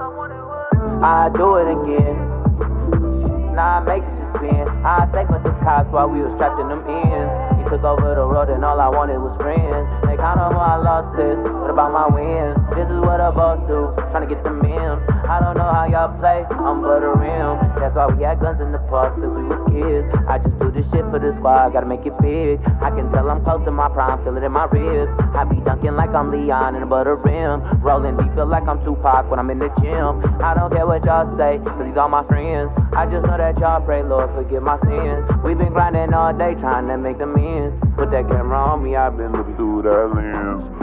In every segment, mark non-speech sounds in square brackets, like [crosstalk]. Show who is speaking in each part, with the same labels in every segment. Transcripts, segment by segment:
Speaker 1: I do it again. Now I make it just spin. I sang with the cops while we was trapped in them ends. You took over the road and all I wanted was friends. They count on who I lost this. What about my wins? This is what a boss do. Trying to get the memes. I don't know how y'all play. I'm but a rim. That's why we had guns in the park since we was kids. I just do this shit for the squad. Gotta make it big. I can tell I'm close to my prime. Feel it in my ribs. I be dunking like I'm Leon in a butter rim. Rolling deep, feel like I'm Tupac when I'm in the gym. I don't care what y'all say, cause these all my friends. I just know that y'all pray, Lord, forgive my sins. we been grinding all day trying to make amends. Put that camera on me, I've been looking through that lens.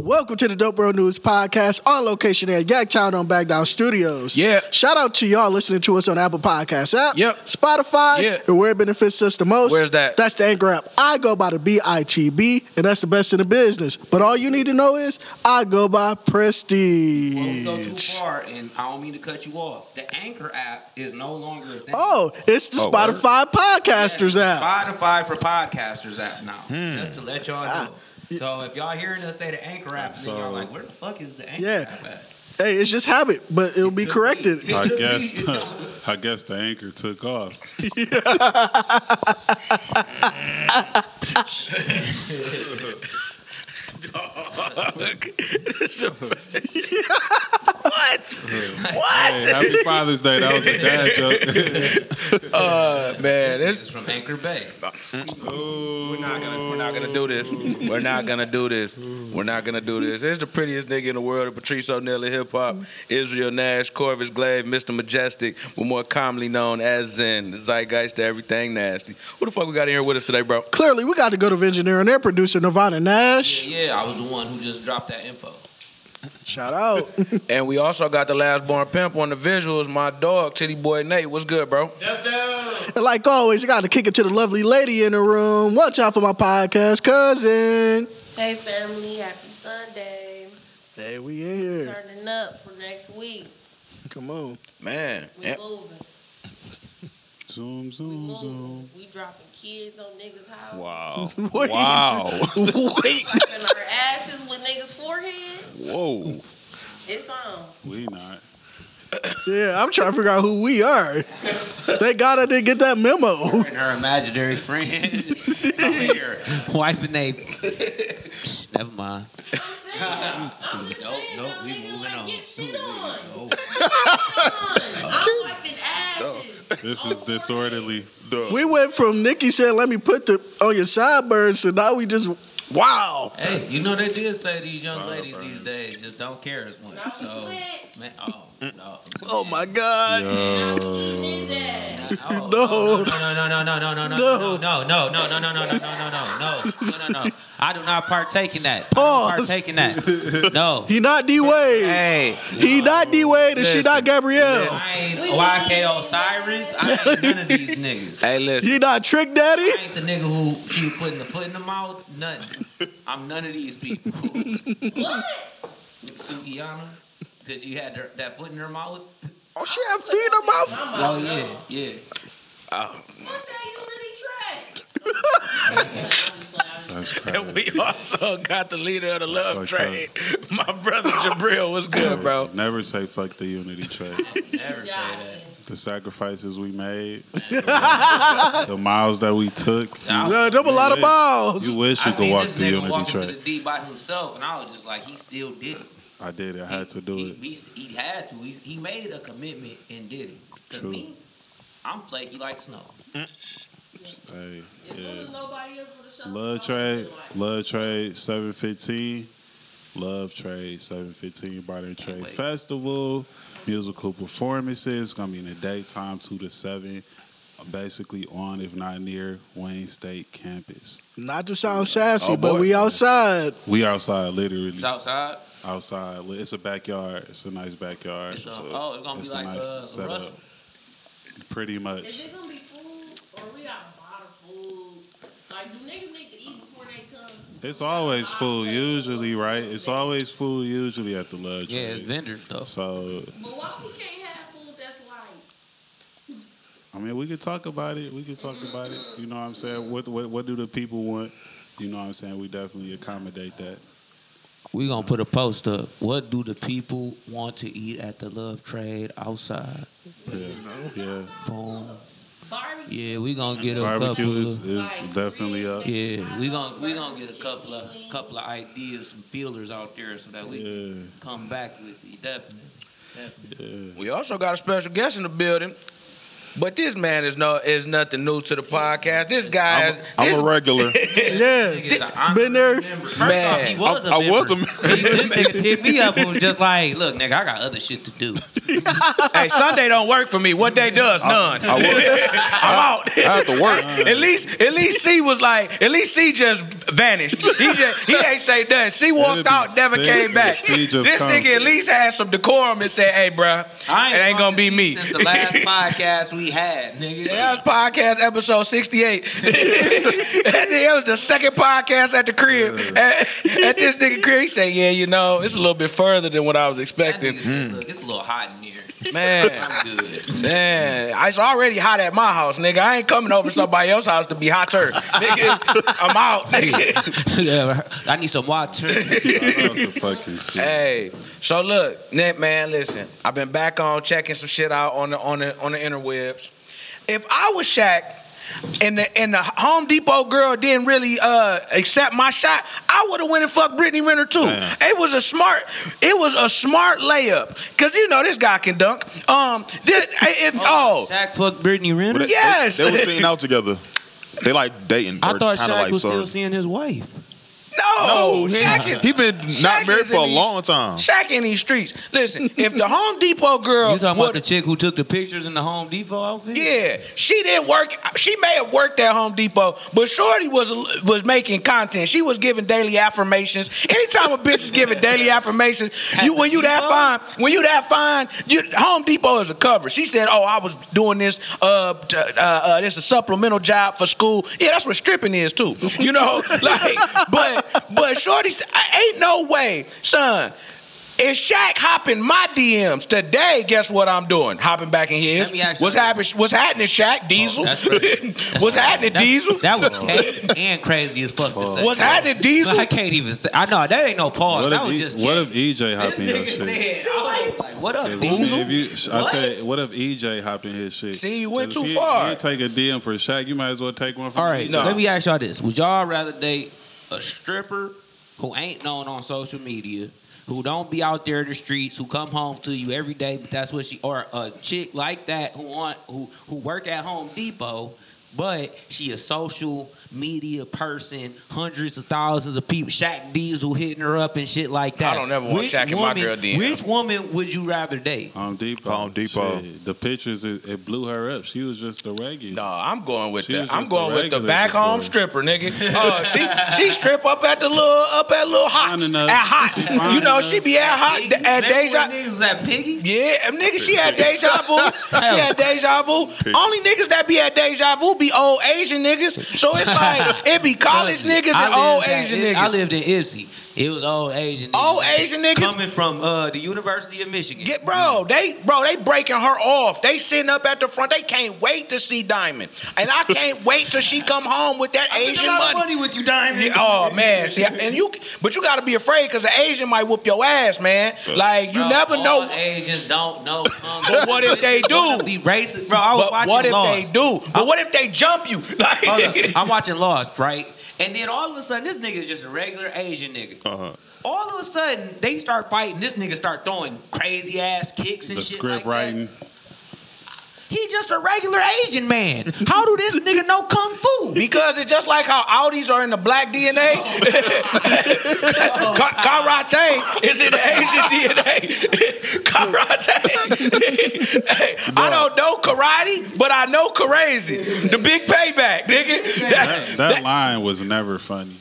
Speaker 2: Welcome to the Dope Bro News Podcast on location at Yagtown on Backdown Studios.
Speaker 3: Yeah.
Speaker 2: Shout out to y'all listening to us on Apple Podcasts app,
Speaker 3: Yep.
Speaker 2: Spotify,
Speaker 3: Yeah.
Speaker 2: and where it benefits us the most.
Speaker 3: Where's that?
Speaker 2: That's the Anchor app. I go by the BITB, and that's the best in the business. But all you need to know is I go by
Speaker 4: Don't go too
Speaker 2: Prestige.
Speaker 4: far, and I don't mean to cut you off. The Anchor app is no longer a thing.
Speaker 2: Oh, it's the
Speaker 3: Oh, word.
Speaker 2: Spotify Podcasters
Speaker 4: Yeah,
Speaker 2: app. Hmm.
Speaker 4: Spotify for podcasters app now. Just to let y'all
Speaker 2: Ah.
Speaker 4: know. so if y'all hearing us say the Anchor app, then y'all like, where the fuck is the Anchor
Speaker 2: Yeah.
Speaker 4: app at?
Speaker 2: Hey, it's just habit, but it'll be
Speaker 4: Could
Speaker 2: corrected.
Speaker 4: be. It
Speaker 5: I
Speaker 4: could be.
Speaker 5: guess I guess [laughs] the anchor took off. Hey, happy Father's Day. That was a
Speaker 3: [laughs]
Speaker 5: dad joke.
Speaker 3: Uh, man,
Speaker 4: This
Speaker 3: it's,
Speaker 4: is from Anchor Bay.
Speaker 3: we're not gonna we're not gonna do this. We're not gonna do this. We're not gonna do this. It's the prettiest nigga in the world, Patrice O'Neill of hip hop, Israel Nash, Corvus Glaive, Mr. Majestic, but more commonly known as Zen, Zeitgeist to everything nasty. What the fuck we got in here with us today, bro?
Speaker 2: Clearly, we got to go to Engineer and their producer, Nirvana Nash.
Speaker 4: Yeah, yeah, I was the one who just dropped that info.
Speaker 2: Shout out. [laughs]
Speaker 3: And we also got the last born pimp on the visuals, my dog, Titty Boy Nate. What's good, bro?
Speaker 2: And like always, I got to kick it to the lovely lady in the room. Watch out for my podcast cousin.
Speaker 6: Hey family, happy Sunday.
Speaker 2: Hey, we in here.
Speaker 6: Turning up for next week.
Speaker 2: Come on.
Speaker 3: Man.
Speaker 6: We
Speaker 3: and-
Speaker 6: moving.
Speaker 4: Mm-hmm.
Speaker 5: zoom,
Speaker 6: We
Speaker 5: zoom,
Speaker 6: moving.
Speaker 5: zoom.
Speaker 6: We dropping kids on niggas' house.
Speaker 5: Wow.
Speaker 2: Wait.
Speaker 5: Wow.
Speaker 2: Wait.
Speaker 6: Slapping our asses with niggas' foreheads.
Speaker 5: Whoa.
Speaker 6: It's on.
Speaker 5: We not.
Speaker 2: Yeah, I'm trying to figure out who we are. Thank God I didn't get that memo.
Speaker 4: And her imaginary friend [laughs] over here wiping they. [laughs] Never mind. [laughs]
Speaker 6: I'm saying. I'm just
Speaker 4: Nope,
Speaker 6: saying.
Speaker 4: nope,
Speaker 6: them
Speaker 4: we
Speaker 6: niggas
Speaker 4: moving
Speaker 6: might
Speaker 4: on.
Speaker 6: Get shit on.
Speaker 4: Oh,
Speaker 6: I'm wiping asses.
Speaker 5: This
Speaker 6: on
Speaker 5: is disorderly.
Speaker 2: We went from Nikki saying, let me put the on your sideburns, to now we just, wow.
Speaker 4: Hey, you know they did say these young ladies these days just don't care as
Speaker 6: foreheads.
Speaker 4: much.
Speaker 6: Now
Speaker 4: So,
Speaker 6: we switch.
Speaker 4: man, oh no.
Speaker 2: Oh my God.
Speaker 5: Uh,
Speaker 6: Now we in his
Speaker 4: [laughs]
Speaker 6: ass.
Speaker 4: Oh,
Speaker 2: No.
Speaker 4: no, no, no, no, no, no,
Speaker 2: No.
Speaker 4: no, no, no, no, no, no, no, no, no, no, no, no, no, no, no. I do not partake in that. I do
Speaker 2: Pause.
Speaker 4: not partake in that. No.
Speaker 2: He not D Wade.
Speaker 4: Hey.
Speaker 2: He not D Wade and she not
Speaker 3: Listen.
Speaker 2: Gabrielle.
Speaker 4: I ain't YK Osiris. I ain't none of these niggas.
Speaker 3: Hey, listen.
Speaker 2: He not Trick Daddy.
Speaker 4: I ain't the nigga who she putting the foot in the mouth. Nothing. I'm none of these people.
Speaker 6: What?
Speaker 4: Sugiyama, because you had her, that foot in her mouth.
Speaker 2: Oh, she have feet in her mouth.
Speaker 4: Oh yeah, yeah.
Speaker 6: What that unity track?
Speaker 5: That's
Speaker 3: And
Speaker 5: crazy.
Speaker 3: [laughs] we also got the leader of the love
Speaker 5: Fucked up.
Speaker 3: train, my brother Jabril. What's good, bro?
Speaker 5: Never say fuck the unity trade.
Speaker 4: Never say that.
Speaker 6: Joshing.
Speaker 5: The sacrifices we made, the miles that we took. You,
Speaker 2: Yeah, them a lot of balls.
Speaker 5: you wish
Speaker 4: I
Speaker 5: you could
Speaker 4: seen
Speaker 5: walk
Speaker 4: this
Speaker 5: the
Speaker 4: nigga
Speaker 5: unity
Speaker 4: walk into
Speaker 5: trade.
Speaker 4: the D by himself, and I was just like, he still did it.
Speaker 5: I did. I had to
Speaker 4: he,
Speaker 5: do it.
Speaker 4: He, he had to. He, he made a commitment and did it. Cause
Speaker 5: True.
Speaker 4: me, I'm flaky like snow.
Speaker 5: Hey,
Speaker 6: As soon
Speaker 5: yeah.
Speaker 6: as nobody else would have shut
Speaker 5: Love
Speaker 6: the phone,
Speaker 5: trade, love trade, seven fifteen, love trade, seven fifteen, Barter Trade
Speaker 4: wait.
Speaker 5: Festival, musical performances. Gonna be in the daytime, two to seven, basically on if not near Wayne State campus.
Speaker 2: Not to sound sassy,
Speaker 5: Oh,
Speaker 2: but
Speaker 5: boy.
Speaker 2: we outside.
Speaker 5: We outside, literally
Speaker 4: It's outside.
Speaker 5: outside. Li- It's a backyard. It's a nice backyard.
Speaker 4: It's, uh,
Speaker 5: so
Speaker 4: oh, it's gonna
Speaker 5: it's
Speaker 4: be
Speaker 5: a
Speaker 4: like
Speaker 5: nice
Speaker 4: uh,
Speaker 5: setup.
Speaker 4: Russell.
Speaker 5: Pretty
Speaker 6: Is
Speaker 5: much.
Speaker 6: it gonna be food or we gotta buy the food? Like do niggas need to eat before they come?
Speaker 5: It's always full usually, right? It's always full usually at the love
Speaker 4: Yeah, it's
Speaker 5: trade.
Speaker 4: vendors though.
Speaker 5: so
Speaker 6: But why we can't have food that's like
Speaker 5: I mean, we could talk about it. We could talk about it. You know what I'm saying? What what what do the people want? You know what I'm saying? We definitely accommodate that.
Speaker 4: We gonna put a post up. What do the people want to eat at the Love Trade outside?
Speaker 5: Yeah, yeah.
Speaker 4: Boom.
Speaker 6: Barbecue.
Speaker 4: Yeah, we gonna get a
Speaker 5: Barbecue
Speaker 4: couple.
Speaker 5: is,
Speaker 4: of,
Speaker 5: is definitely up.
Speaker 4: yeah, we gonna we gonna get a couple of couple of ideas, some feelers out there, so that we can
Speaker 5: Yeah,
Speaker 4: come back with you. Definitely.
Speaker 5: yeah.
Speaker 3: We also got a special guest in the building. But this man is no is nothing new to the podcast. This
Speaker 7: I'm,
Speaker 3: guy is
Speaker 7: I'm
Speaker 3: this,
Speaker 7: a regular.
Speaker 2: Yeah. Been there.
Speaker 4: First
Speaker 3: Man.
Speaker 4: off, he
Speaker 7: I,
Speaker 4: was a
Speaker 7: I was
Speaker 4: member.
Speaker 7: a member.
Speaker 4: He- this nigga hit me up and was just like, "Look, nigga, I got other shit to do."
Speaker 3: [laughs] Hey, Sunday don't work for me. What day does? None.
Speaker 7: I, was,
Speaker 3: [laughs] I'm out.
Speaker 7: I had to work.
Speaker 3: [laughs] At least, at least C was like, at least C just vanished. He just,
Speaker 7: [laughs]
Speaker 3: he ain't say nothing. C
Speaker 5: It'd
Speaker 3: walked
Speaker 5: be
Speaker 3: out, never
Speaker 5: sick
Speaker 3: came
Speaker 5: if
Speaker 3: back.
Speaker 5: C just
Speaker 3: This
Speaker 5: come.
Speaker 3: nigga at least had some decorum and said, "Hey, bruh,
Speaker 4: I
Speaker 3: it ain't gonna be me."
Speaker 4: Since the
Speaker 3: [laughs]
Speaker 4: last podcast we had, nigga.
Speaker 3: That was podcast episode [laughs] 68. that was the second podcast at the crib. At, at this nigga crib, he said, Yeah, you know, it's a little bit further than what I was
Speaker 4: That nigga
Speaker 3: expecting.
Speaker 4: said,
Speaker 5: Hmm.
Speaker 4: Look, it's a little hot in here.
Speaker 3: Man,
Speaker 4: I'm
Speaker 3: [laughs]
Speaker 4: good.
Speaker 3: man, it's already hot at my house, nigga. I ain't coming over somebody else's house to be hotter. Nigga, I'm out, nigga.
Speaker 4: yeah, I need some water.
Speaker 5: Shout out to fucking C.
Speaker 3: Hey, so look, Nick, man, listen. I've been back on checking some shit out on the on the on the interwebs. If I was Shaq and the and the Home Depot girl didn't really uh, accept my shot, I would have went and fucked Brittany Renner too.
Speaker 7: Man.
Speaker 3: It was a smart, it was a smart layup because you know this guy can dunk. Um, this, if oh.
Speaker 4: Shaq fucked Brittany
Speaker 7: But
Speaker 4: Renner.
Speaker 7: they-
Speaker 3: Yes.
Speaker 7: They, they were sitting out together. They like dating.
Speaker 4: I
Speaker 7: or
Speaker 4: thought
Speaker 7: kinda
Speaker 4: Shaq
Speaker 7: like
Speaker 4: was
Speaker 7: sort
Speaker 4: still
Speaker 7: of-
Speaker 4: seeing his wife.
Speaker 3: [laughs] No,
Speaker 7: No, he,
Speaker 3: Shaq is-
Speaker 7: he been
Speaker 3: Shaq
Speaker 7: not married
Speaker 3: is
Speaker 7: for a
Speaker 3: in these-
Speaker 7: long time.
Speaker 3: Shaq in these streets. Listen, if
Speaker 7: [laughs]
Speaker 3: the Home Depot girl
Speaker 4: You talking
Speaker 3: would-
Speaker 4: about the chick who took the pictures in the Home Depot outfit?
Speaker 3: Yeah, she didn't work. She may have worked at Home Depot, but Shorty was was making content. She was giving daily affirmations. Anytime a bitch is giving daily affirmations, you when you that fine, when you that fine, you, Home Depot is a cover. She said, "Oh, I was doing this. Uh, t- uh, uh, this is a supplemental job for school. Yeah, that's what stripping is too. You know, [laughs] like, but but Shorty, s- I- ain't no way, son." Is Shaq hopping my DMs today? Guess what I'm doing? Hopping back in his.
Speaker 4: Let me ask you
Speaker 3: What's
Speaker 4: something.
Speaker 3: happening? What's happening, Shaq? Diesel. [laughs]
Speaker 4: that's right.
Speaker 3: What's happening,
Speaker 4: That-
Speaker 3: Diesel?
Speaker 4: That was crazy and crazy as fuck to say.
Speaker 3: What's happening,
Speaker 4: But
Speaker 3: [laughs]
Speaker 4: I
Speaker 3: Diesel?
Speaker 4: can't even say. I know that ain't no pause.
Speaker 5: What if,
Speaker 4: that was
Speaker 5: E-
Speaker 4: just.
Speaker 5: what if
Speaker 4: kidding.
Speaker 5: EJ hopped in your
Speaker 4: this nigga
Speaker 5: shit?
Speaker 4: said, I was like, "What up,
Speaker 5: If-
Speaker 4: Diesel?"
Speaker 5: if you- I
Speaker 4: What?
Speaker 5: said, what if EJ hopped in his shit?
Speaker 3: See, you went
Speaker 5: 'Cause
Speaker 3: too
Speaker 5: if he-
Speaker 3: far.
Speaker 5: He take a DM for Shaq. You might as well take one for E
Speaker 4: All right,
Speaker 5: No.
Speaker 4: let me ask y'all this: Would y'all rather date a stripper who ain't known on social media, who don't be out there in the streets, who come home to you every day, but that's what she, or a chick like that who on who who work at Home Depot, but she a social media person, hundreds of thousands of people, Shaq Diesel hitting her up and shit like that.
Speaker 3: don't ever want
Speaker 4: Which
Speaker 3: Shaq in my
Speaker 4: woman-
Speaker 3: girl DM.
Speaker 4: Which woman would you rather date?
Speaker 5: Home Depot.
Speaker 7: Home Depot.
Speaker 5: Shit, the pictures, it, it blew her up. She was just a regular.
Speaker 3: No, I'm going with
Speaker 5: She
Speaker 3: that.
Speaker 5: was
Speaker 3: I'm
Speaker 5: just a
Speaker 3: going with the
Speaker 5: regular
Speaker 3: back home stripper,
Speaker 5: before.
Speaker 3: nigga.
Speaker 5: [laughs]
Speaker 3: Uh, she she strip up at the little up at little hots
Speaker 5: Fine
Speaker 3: at
Speaker 5: enough.
Speaker 3: hots.
Speaker 5: Fine
Speaker 3: You know
Speaker 5: enough.
Speaker 3: she be at hot at
Speaker 4: Remember when
Speaker 3: deja.
Speaker 4: niggas was at Piggy's.
Speaker 3: Yeah, um, nigga, she had deja vu. She had deja vu. Only niggas that be at deja vu be old Asian niggas. So it's like it be college niggas and
Speaker 4: I
Speaker 3: old
Speaker 4: lived at-
Speaker 3: Asian
Speaker 4: I
Speaker 3: niggas.
Speaker 4: lived in Ipsy. It was old Asian niggas.
Speaker 3: Old Asian niggas.
Speaker 4: Coming from uh, the University of Michigan.
Speaker 3: Get bro, they bro, they breaking her off. They sitting up at the front. They can't wait to see Diamond, and I can't
Speaker 4: [laughs]
Speaker 3: wait till she come home with that
Speaker 4: I spent
Speaker 3: Asian
Speaker 4: a lot of
Speaker 3: money.
Speaker 4: money with you, Diamond.
Speaker 3: Yeah, oh man, see, and you, but you gotta be afraid because the Asian might whoop your ass, man. Like you
Speaker 4: Bro,
Speaker 3: never
Speaker 4: all
Speaker 3: know.
Speaker 4: Asians don't
Speaker 3: [laughs]
Speaker 4: know. Kung
Speaker 3: But
Speaker 4: Fu.
Speaker 3: what if they do?
Speaker 4: One of the racist, bro. I was
Speaker 3: But
Speaker 4: watching
Speaker 3: what if
Speaker 4: Lost.
Speaker 3: they do? But what if they jump you? [laughs] Like,
Speaker 4: [laughs] Hold
Speaker 3: [laughs]
Speaker 4: up. I'm watching Lost, right? And then all of a sudden, this nigga is just a regular Asian nigga.
Speaker 7: Uh-huh.
Speaker 4: All of a sudden, they start fighting. This nigga start throwing crazy ass kicks and
Speaker 5: The
Speaker 4: shit like
Speaker 5: script
Speaker 4: that.
Speaker 5: writing.
Speaker 4: He just a regular Asian man. How do this nigga know kung fu?
Speaker 3: Because it's just like how Audis are in the black [laughs] DNA, Ka- karate is in the Asian [laughs] DNA. karate. Hey, I don't know karate, but I know crazy. The big payback, nigga. That-
Speaker 5: That,
Speaker 3: that-
Speaker 5: that line was never funny.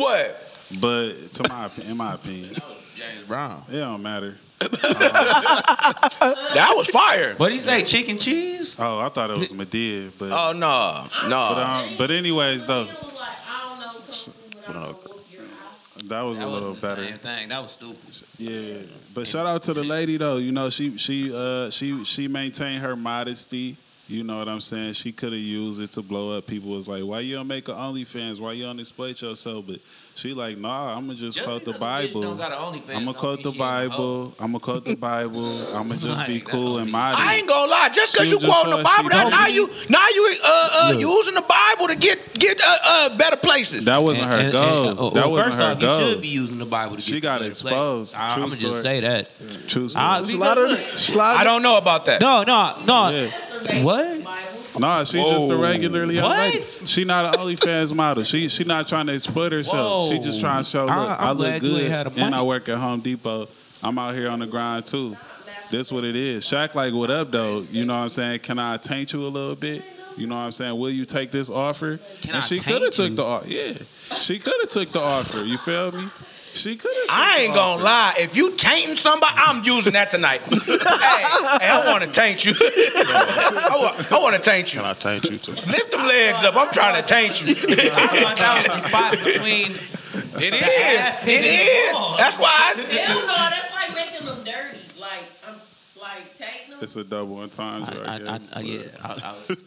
Speaker 3: [laughs] what?
Speaker 5: But to my opi- in my opinion,
Speaker 4: James Brown.
Speaker 5: it don't matter.
Speaker 3: That was fire.
Speaker 4: What do you say? Chicken cheese?
Speaker 5: Oh, I thought
Speaker 4: [laughs]
Speaker 5: it was Medea, but
Speaker 3: Oh no,
Speaker 5: but,
Speaker 3: no.
Speaker 4: Uh,
Speaker 5: um, but anyways though,
Speaker 6: Lil was like, I don't know Kung Fu, but I
Speaker 7: Well,
Speaker 6: know whoop your ass.
Speaker 5: that was a little better.
Speaker 4: same thing. That was stupid.
Speaker 5: Yeah, but shout out to the lady though. You know, she she uh she she maintained her modesty. You know what I'm saying? She could have used it to blow up. People was like, "Why you don't make a OnlyFans? Why you don't exploit yourself?" But She like, nah, I'ma just,
Speaker 4: Just
Speaker 5: quote the
Speaker 4: because a bitch
Speaker 5: Bible.
Speaker 4: don't got a OnlyFans
Speaker 5: I'ma
Speaker 4: don't
Speaker 5: quote
Speaker 4: mean
Speaker 5: the
Speaker 4: she ain't a hoe.
Speaker 5: Bible. I'ma quote the Bible. I'ma just be
Speaker 4: Like, that
Speaker 5: cool
Speaker 4: don't
Speaker 5: and
Speaker 4: mean-
Speaker 5: modest.
Speaker 3: I ain't gonna lie. Just because
Speaker 5: She
Speaker 3: you
Speaker 5: just
Speaker 3: quoting the
Speaker 5: saw she
Speaker 3: Bible, now,
Speaker 5: don't
Speaker 3: now
Speaker 5: be-
Speaker 3: you now you uh, uh,
Speaker 5: Look.
Speaker 3: using the Bible to get get uh, uh, better places.
Speaker 5: That wasn't
Speaker 4: And- and-
Speaker 5: her goal.
Speaker 4: and- oh,
Speaker 5: that
Speaker 4: well,
Speaker 5: wasn't
Speaker 4: first
Speaker 5: her
Speaker 4: off,
Speaker 5: goal.
Speaker 4: You should be using the Bible to
Speaker 5: She
Speaker 4: get
Speaker 5: got
Speaker 4: to the
Speaker 5: exposed.
Speaker 4: place. I, am
Speaker 5: True
Speaker 4: gonna
Speaker 5: story.
Speaker 4: just say that.
Speaker 5: True story.
Speaker 4: I,
Speaker 2: Slaughter, slaughter.
Speaker 3: I don't know about that.
Speaker 4: no, no, no.
Speaker 5: Yeah.
Speaker 4: What?
Speaker 5: Nah, she just a
Speaker 8: Whoa.
Speaker 5: regularly.
Speaker 4: What?
Speaker 5: What? She not an OnlyFans model. She she not trying to split herself.
Speaker 4: Whoa.
Speaker 5: She just trying to show. Look,
Speaker 4: I- I'm
Speaker 5: I, look
Speaker 4: glad you ain't
Speaker 5: good,
Speaker 4: had a
Speaker 5: and I
Speaker 4: mic.
Speaker 5: work at Home Depot. I'm out here on the grind too. That's what it is. Shaq, like, what up though? You know what I'm saying? Can I taint you a little bit? You know what I'm saying? Will you take this offer?
Speaker 4: Can
Speaker 5: and
Speaker 4: I
Speaker 5: she
Speaker 4: taint
Speaker 5: coulda took
Speaker 4: you?
Speaker 5: the offer. Yeah, she could have took the offer. You feel me? She could have.
Speaker 3: I ain't gonna lie. If you tainting somebody, I'm using that tonight. [laughs] hey, hey, I want to taint you. [laughs] I, want, I want to taint you.
Speaker 8: Can I taint you too?
Speaker 3: Lift them legs up. I'm trying to taint you. [laughs]
Speaker 4: I thought that was the spot between.
Speaker 3: It
Speaker 4: The
Speaker 3: is.
Speaker 4: ass
Speaker 3: It
Speaker 4: and the
Speaker 3: is.
Speaker 4: balls.
Speaker 3: That's why. I,
Speaker 6: Hell no, that's like making them dirty. Like I'm like taking them.
Speaker 5: It's a double entendre, I,
Speaker 4: I, I,
Speaker 5: guess.
Speaker 4: I, yeah, I, I was-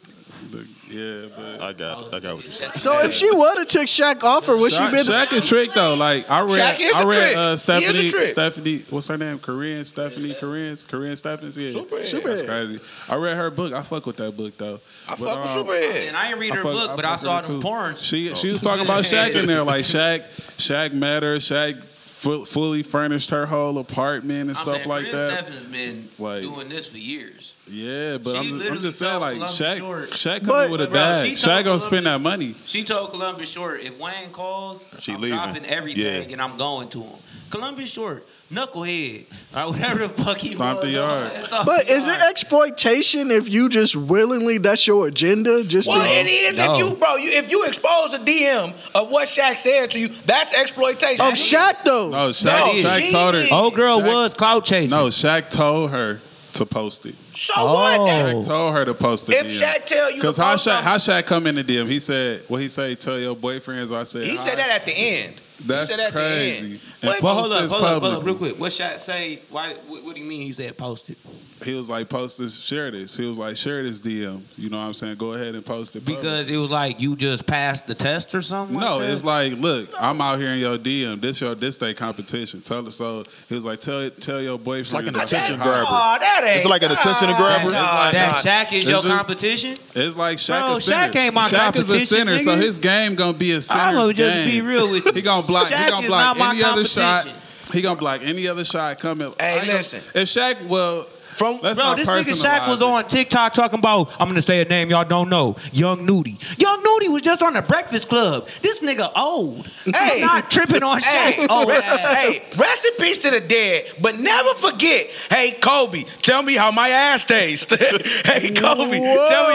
Speaker 5: But, yeah, but
Speaker 8: I got it. I got what you said.
Speaker 2: So if she would have took Shaq offer, would she
Speaker 5: Shaq,
Speaker 2: been?
Speaker 5: Shaq a trick though. Like I read,
Speaker 3: Shaq is
Speaker 5: I
Speaker 3: a
Speaker 5: read
Speaker 3: trick. He
Speaker 5: uh,
Speaker 3: is a
Speaker 5: Stephanie,
Speaker 3: trick.
Speaker 5: Stephanie, what's her name? Korean Stephanie, Koreans, Korean Stephanie. Yeah,
Speaker 3: Superhead.
Speaker 5: That's
Speaker 2: Superhead.
Speaker 5: crazy. I read her book. I fuck with that book though.
Speaker 3: I
Speaker 5: But,
Speaker 3: fuck with
Speaker 5: um,
Speaker 3: Superhead.
Speaker 4: and I didn't read
Speaker 5: I
Speaker 4: her
Speaker 5: fuck-
Speaker 4: book, but
Speaker 5: fuck
Speaker 4: I
Speaker 5: with
Speaker 4: saw
Speaker 5: her,
Speaker 4: the
Speaker 5: too.
Speaker 4: porn.
Speaker 5: She she was talking about Shaq in there, like Shaq, Shaq met her. Shaq fu- fully furnished her whole apartment and
Speaker 4: I'm
Speaker 5: stuff
Speaker 4: saying,
Speaker 5: like
Speaker 4: Chris
Speaker 5: that.
Speaker 4: Stapleton's been
Speaker 5: Like-
Speaker 4: doing this for years.
Speaker 5: Yeah, but
Speaker 4: She
Speaker 5: I'm just, I'm
Speaker 4: literally
Speaker 5: just saying,
Speaker 4: told
Speaker 5: like
Speaker 4: Columbus
Speaker 5: Shaq,
Speaker 4: Short.
Speaker 5: Shaq
Speaker 2: But-
Speaker 5: coming with a
Speaker 4: Bro,
Speaker 5: bag.
Speaker 4: she
Speaker 5: Shaq
Speaker 4: told
Speaker 5: gonna
Speaker 4: Columbus-
Speaker 5: spend that money.
Speaker 4: She told Columbus Short, if Wayne calls,
Speaker 8: She
Speaker 4: I'm
Speaker 8: leaving.
Speaker 4: dropping everything
Speaker 8: Yeah.
Speaker 4: and I'm going to him. Columbus Short, knucklehead, or whatever the fuck he
Speaker 5: Stomp
Speaker 4: was.
Speaker 5: the
Speaker 4: [laughs]
Speaker 5: yard.
Speaker 4: That's all
Speaker 2: But
Speaker 4: he
Speaker 2: is
Speaker 4: was.
Speaker 2: it exploitation if you just willingly that's your agenda? Just
Speaker 3: Well,
Speaker 2: to,
Speaker 3: it is
Speaker 4: No.
Speaker 3: if you, bro. You, if you expose a DM of what Shaq said to you, that's exploitation.
Speaker 2: of Shaq though.
Speaker 5: No, Oh, Shaq,
Speaker 3: No,
Speaker 5: Shaq
Speaker 3: she
Speaker 5: told her.
Speaker 3: did.
Speaker 4: Old girl
Speaker 5: Shaq-
Speaker 4: was clout chasing.
Speaker 5: No, Shaq told her to post it.
Speaker 3: So
Speaker 4: Oh.
Speaker 3: what?
Speaker 5: Shaq told her to post it.
Speaker 3: If Shaq tell you, to
Speaker 5: because how
Speaker 3: post something-
Speaker 5: Shaq how Shaq come in the DM? He said, "What he say? Tell your boyfriends." I said,
Speaker 3: he
Speaker 5: "All
Speaker 3: said that
Speaker 5: right,
Speaker 3: at the end.
Speaker 5: That's
Speaker 3: said at the end.
Speaker 5: crazy."
Speaker 3: What?
Speaker 5: And
Speaker 4: Well, hold
Speaker 5: post
Speaker 4: up,
Speaker 5: this
Speaker 4: hold up, hold up,
Speaker 5: publicly.
Speaker 4: real quick. What Shaq say? Why? What, what do you mean he said post it?
Speaker 5: He was like, "Post this, share this." He was like, "Share this DM." You know what I'm saying? Go ahead and post it. publicly.
Speaker 4: Because it was like you just passed the test or
Speaker 3: Oh
Speaker 4: something.
Speaker 5: No,
Speaker 4: like that?
Speaker 5: it's like, look, I'm out here in your DM. This your this day competition. Tell us so. He was like, tell tell your boyfriend. It's
Speaker 8: like an
Speaker 5: I said
Speaker 8: attention
Speaker 5: hi.
Speaker 8: grabber.
Speaker 3: Oh, that ain't.
Speaker 8: It's like an attention
Speaker 3: nah,
Speaker 8: grabber.
Speaker 5: It's
Speaker 3: nah,
Speaker 5: like-
Speaker 3: nah.
Speaker 4: that Shaq is
Speaker 5: It's
Speaker 4: your
Speaker 5: just-
Speaker 4: competition.
Speaker 5: It's like Shaq
Speaker 4: Bro,
Speaker 5: a center.
Speaker 4: Shaq ain't my
Speaker 5: is a
Speaker 4: competition,
Speaker 5: center, so
Speaker 4: nigga.
Speaker 5: his game gonna be a center's
Speaker 4: I'm gonna just
Speaker 5: game.
Speaker 4: be real with you.
Speaker 5: [laughs] He gonna block.
Speaker 4: Shaq
Speaker 5: he gonna
Speaker 4: is
Speaker 5: block
Speaker 4: not my
Speaker 5: any other shot.
Speaker 4: competition.
Speaker 5: He gonna block any other shot coming.
Speaker 3: Hey,
Speaker 5: I ain't gonna-
Speaker 3: listen.
Speaker 5: if Shaq, well,
Speaker 3: From
Speaker 5: let's
Speaker 4: Bro,
Speaker 5: not
Speaker 4: this nigga Shaq
Speaker 5: personalize
Speaker 4: was
Speaker 5: it.
Speaker 4: on TikTok talking about, I'm gonna say a name y'all don't know, Young Nudie. Young Nudie was just on the Breakfast Club. This nigga old.
Speaker 3: Hey.
Speaker 4: I'm not tripping on Shaq.
Speaker 3: Hey,
Speaker 4: oh,
Speaker 3: re-
Speaker 4: ass.
Speaker 3: hey, rest in peace to the dead, but never forget. Hey, Kobe, tell me how my ass tastes. [laughs] hey, Kobe, tell me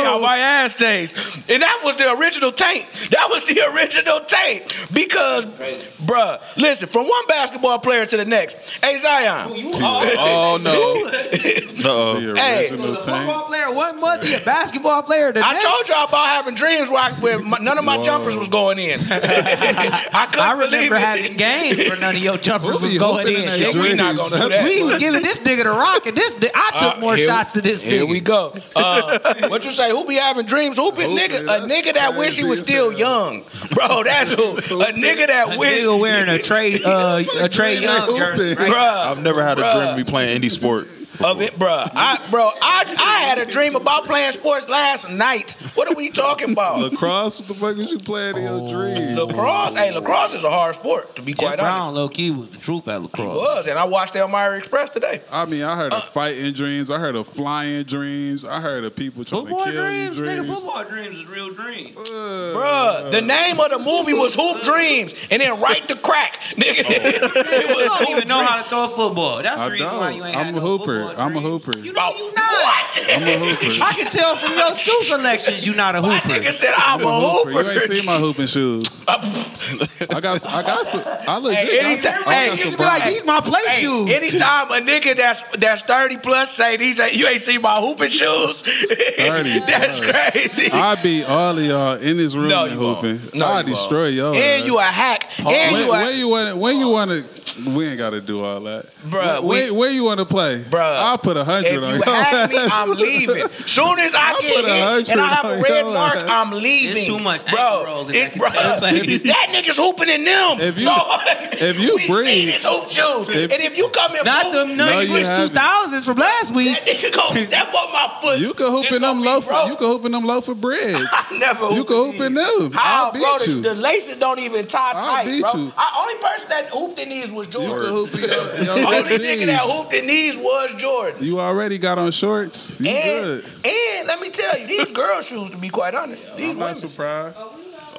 Speaker 3: how my ass tastes. And that was the original taint. That was the [laughs] original taint. Because, bruh, listen, from one basketball player to the next. Hey, Zion.
Speaker 4: you old.
Speaker 8: Oh no. [laughs] Uh-oh.
Speaker 5: The
Speaker 3: Hey.
Speaker 5: original
Speaker 4: A
Speaker 5: team.
Speaker 4: football player one month, he a basketball player the
Speaker 3: I
Speaker 4: next.
Speaker 3: told y'all about having dreams where, I, where my, none of my
Speaker 5: Whoa.
Speaker 3: jumpers was going in. [laughs] I couldn't
Speaker 4: I
Speaker 3: believe
Speaker 4: remember
Speaker 3: it.
Speaker 4: having games where none of your jumpers
Speaker 5: Who be
Speaker 4: was going
Speaker 5: hooping
Speaker 4: in.
Speaker 5: in their
Speaker 4: nigga.
Speaker 3: We not
Speaker 5: dreams?
Speaker 3: gonna do
Speaker 5: That's
Speaker 3: that.
Speaker 4: We was giving this nigga the rock, and this ni- I took
Speaker 3: Uh,
Speaker 4: more
Speaker 3: here-
Speaker 4: shots to this
Speaker 3: Here
Speaker 4: nigga.
Speaker 3: we go. Uh, what you say? Who be having dreams? Who be
Speaker 5: Who be-
Speaker 3: nigga? A
Speaker 5: that's
Speaker 3: nigga that wish he was
Speaker 5: crazy
Speaker 3: still
Speaker 5: as
Speaker 3: young, bro. That's
Speaker 5: [laughs]
Speaker 3: who. A nigga
Speaker 4: A
Speaker 3: that wish,
Speaker 4: nigga wearing a Trey, uh, a Trey Young jersey. Right?
Speaker 3: bro,
Speaker 8: I've never had a dream
Speaker 3: Bruh.
Speaker 8: of me playing any sport.
Speaker 3: of it, bro.
Speaker 5: [laughs]
Speaker 3: I, bro, I, I had a dream about playing sports last night. What are we talking about?
Speaker 5: Lacrosse, what the fuck is you playing in
Speaker 4: Oh.
Speaker 5: your dream?
Speaker 3: lacrosse. Hey, lacrosse is a hard sport to be
Speaker 4: Jeff
Speaker 3: quite
Speaker 4: Brown,
Speaker 3: honest.
Speaker 4: low key, was the truth at
Speaker 3: It
Speaker 4: lacrosse.
Speaker 3: was, and I watched Elmira Express today.
Speaker 5: I mean, I heard of
Speaker 3: Uh,
Speaker 5: fighting dreams. I heard of flying dreams. I heard of people trying
Speaker 4: Football
Speaker 5: to kill
Speaker 4: dreams,
Speaker 5: you
Speaker 4: nigga.
Speaker 5: dreams.
Speaker 4: Football dreams is real dreams.
Speaker 3: Bruh, the name of the movie was Hoop Dreams, and then Right to Crack, nigga. [laughs]
Speaker 5: Oh.
Speaker 3: it
Speaker 4: You
Speaker 3: was
Speaker 4: don't
Speaker 3: Hoop
Speaker 4: even know how to throw a football. That's
Speaker 5: I
Speaker 4: the reason why
Speaker 5: don't.
Speaker 4: you ain't
Speaker 5: I'm
Speaker 4: had
Speaker 5: a
Speaker 4: no
Speaker 5: hooper.
Speaker 4: football
Speaker 5: I'm a
Speaker 4: dreams.
Speaker 5: hooper.
Speaker 4: You know
Speaker 3: About
Speaker 4: you not.
Speaker 3: what?
Speaker 5: I'm
Speaker 3: [laughs]
Speaker 5: a hooper.
Speaker 4: I can tell from your shoe selections you not a
Speaker 3: That
Speaker 4: hooper.
Speaker 3: nigga said I'm a hooper.
Speaker 5: You ain't
Speaker 3: [laughs]
Speaker 5: seen my hooping shoes. I got, I got some. I legit.
Speaker 3: Hey,
Speaker 5: got some-
Speaker 3: anytime-
Speaker 5: I
Speaker 3: hey, you
Speaker 5: got some
Speaker 3: be like,
Speaker 5: Browns.
Speaker 3: these
Speaker 4: my play
Speaker 3: Hey, anytime a nigga that's that's thirty plus say these ain't you ain't seen my hooping shoes, [laughs]
Speaker 5: 30
Speaker 3: that's crazy.
Speaker 5: [laughs] I beat all of y'all in this room
Speaker 3: No,
Speaker 5: and
Speaker 3: you won't.
Speaker 5: hooping.
Speaker 3: No,
Speaker 5: I
Speaker 3: you won't.
Speaker 5: destroy
Speaker 3: [laughs]
Speaker 5: y'all.
Speaker 3: and you a hack. And
Speaker 5: when,
Speaker 3: you
Speaker 5: when
Speaker 3: a
Speaker 5: you want to, when you want to, we ain't got to do all that,
Speaker 3: Bruh,
Speaker 5: When,
Speaker 3: we-
Speaker 5: when you want to play,
Speaker 3: Bruh,
Speaker 5: I'll put a
Speaker 3: if
Speaker 5: [laughs] hundred on
Speaker 3: you hack me, I'm leaving. Soon as I,
Speaker 9: I
Speaker 3: get
Speaker 9: put a
Speaker 3: hit and I have a
Speaker 9: hundred
Speaker 3: red
Speaker 9: on your
Speaker 3: mark,
Speaker 9: ass.
Speaker 3: I'm leaving.
Speaker 10: It's too much ankle
Speaker 3: bro.
Speaker 10: rolling
Speaker 3: It,
Speaker 10: that can
Speaker 3: bro
Speaker 10: take
Speaker 3: [laughs]
Speaker 10: place.
Speaker 3: that nigga's hooping in them.
Speaker 5: If you-
Speaker 3: so, [laughs]
Speaker 5: if you
Speaker 3: we
Speaker 5: breathe-
Speaker 3: seen his hoop shoes,
Speaker 5: if-
Speaker 3: and if you come in,
Speaker 10: Not
Speaker 3: blue,
Speaker 10: them
Speaker 5: No,
Speaker 10: nutty
Speaker 5: you
Speaker 10: rich
Speaker 5: haven't.
Speaker 10: 2000s from last week.
Speaker 3: that nigga
Speaker 5: [laughs]
Speaker 3: gonna step on my foot.
Speaker 5: You can hoop
Speaker 3: It's
Speaker 5: in
Speaker 3: gonna
Speaker 5: them
Speaker 3: be
Speaker 5: loaf.
Speaker 3: broke.
Speaker 5: You can hoop in them loaf of bread.
Speaker 3: [laughs] I never.
Speaker 5: You can hoop in them.
Speaker 3: How,
Speaker 5: I'll beat
Speaker 3: bro?
Speaker 5: you.
Speaker 3: The, the laces don't even tie
Speaker 5: I'll
Speaker 3: tight,
Speaker 5: beat
Speaker 3: bro.
Speaker 5: you.
Speaker 3: I, only person that hooped in these was
Speaker 5: You
Speaker 3: Jordan.
Speaker 5: can hoop
Speaker 3: [laughs]
Speaker 5: in your, your
Speaker 3: Only
Speaker 5: red
Speaker 3: nigga that
Speaker 5: jeans.
Speaker 3: hooped in these was Jordan.
Speaker 5: You already got on shorts. You
Speaker 3: And,
Speaker 5: good.
Speaker 3: and let me tell you, these girl shoes, to be quite honest, these
Speaker 5: I'm not
Speaker 3: women,
Speaker 5: surprised.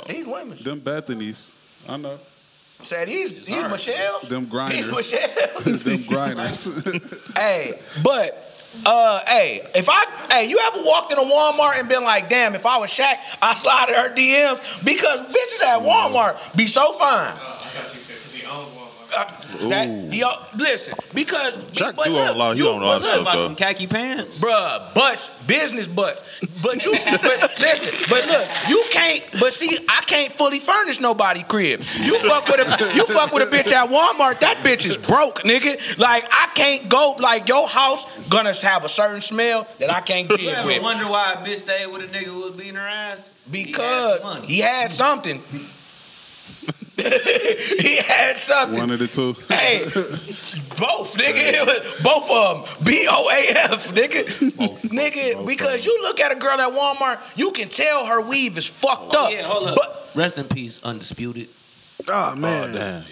Speaker 3: these women.
Speaker 5: Them Bethany's. I [laughs] know.
Speaker 3: Say these, these Michelle's,
Speaker 5: Them
Speaker 3: these
Speaker 5: grinders.
Speaker 3: Michelle's.
Speaker 5: [laughs] Them grinders.
Speaker 3: Hey, but uh, hey, if I hey, you ever walked into Walmart and been like, damn, if I was Shaq, I slide her DMs because bitches at Walmart be so fine. Uh, that, yo, listen, because
Speaker 9: Shaq
Speaker 3: but
Speaker 9: do
Speaker 3: look,
Speaker 9: own a lot. He
Speaker 3: you-
Speaker 9: don't know how
Speaker 3: but
Speaker 9: to
Speaker 3: look,
Speaker 9: stuff.
Speaker 10: Like them khaki pants.
Speaker 3: Bruh, butts, business butts. But you, but listen, but look, you can't. But see, I can't fully furnish nobody crib. You fuck with a, you fuck with a bitch at Walmart. That bitch is broke, nigga. Like I can't go. Like your house gonna have a certain smell that I can't
Speaker 10: You
Speaker 3: deal
Speaker 10: ever
Speaker 3: with
Speaker 10: wonder why a bitch stayed with a nigga who was beating her ass? He had some
Speaker 3: because
Speaker 10: money.
Speaker 3: he had something. [laughs] he had something.
Speaker 5: One of the two.
Speaker 3: Hey, both, nigga. It was [laughs] Both of them. B O A F, nigga. [laughs] nigga, because you look at a girl at Walmart, you can tell her weave is fucked up.
Speaker 10: Oh, Yeah, hold up.
Speaker 3: But
Speaker 10: Rest in peace, undisputed.
Speaker 2: Oh man.
Speaker 9: Damn.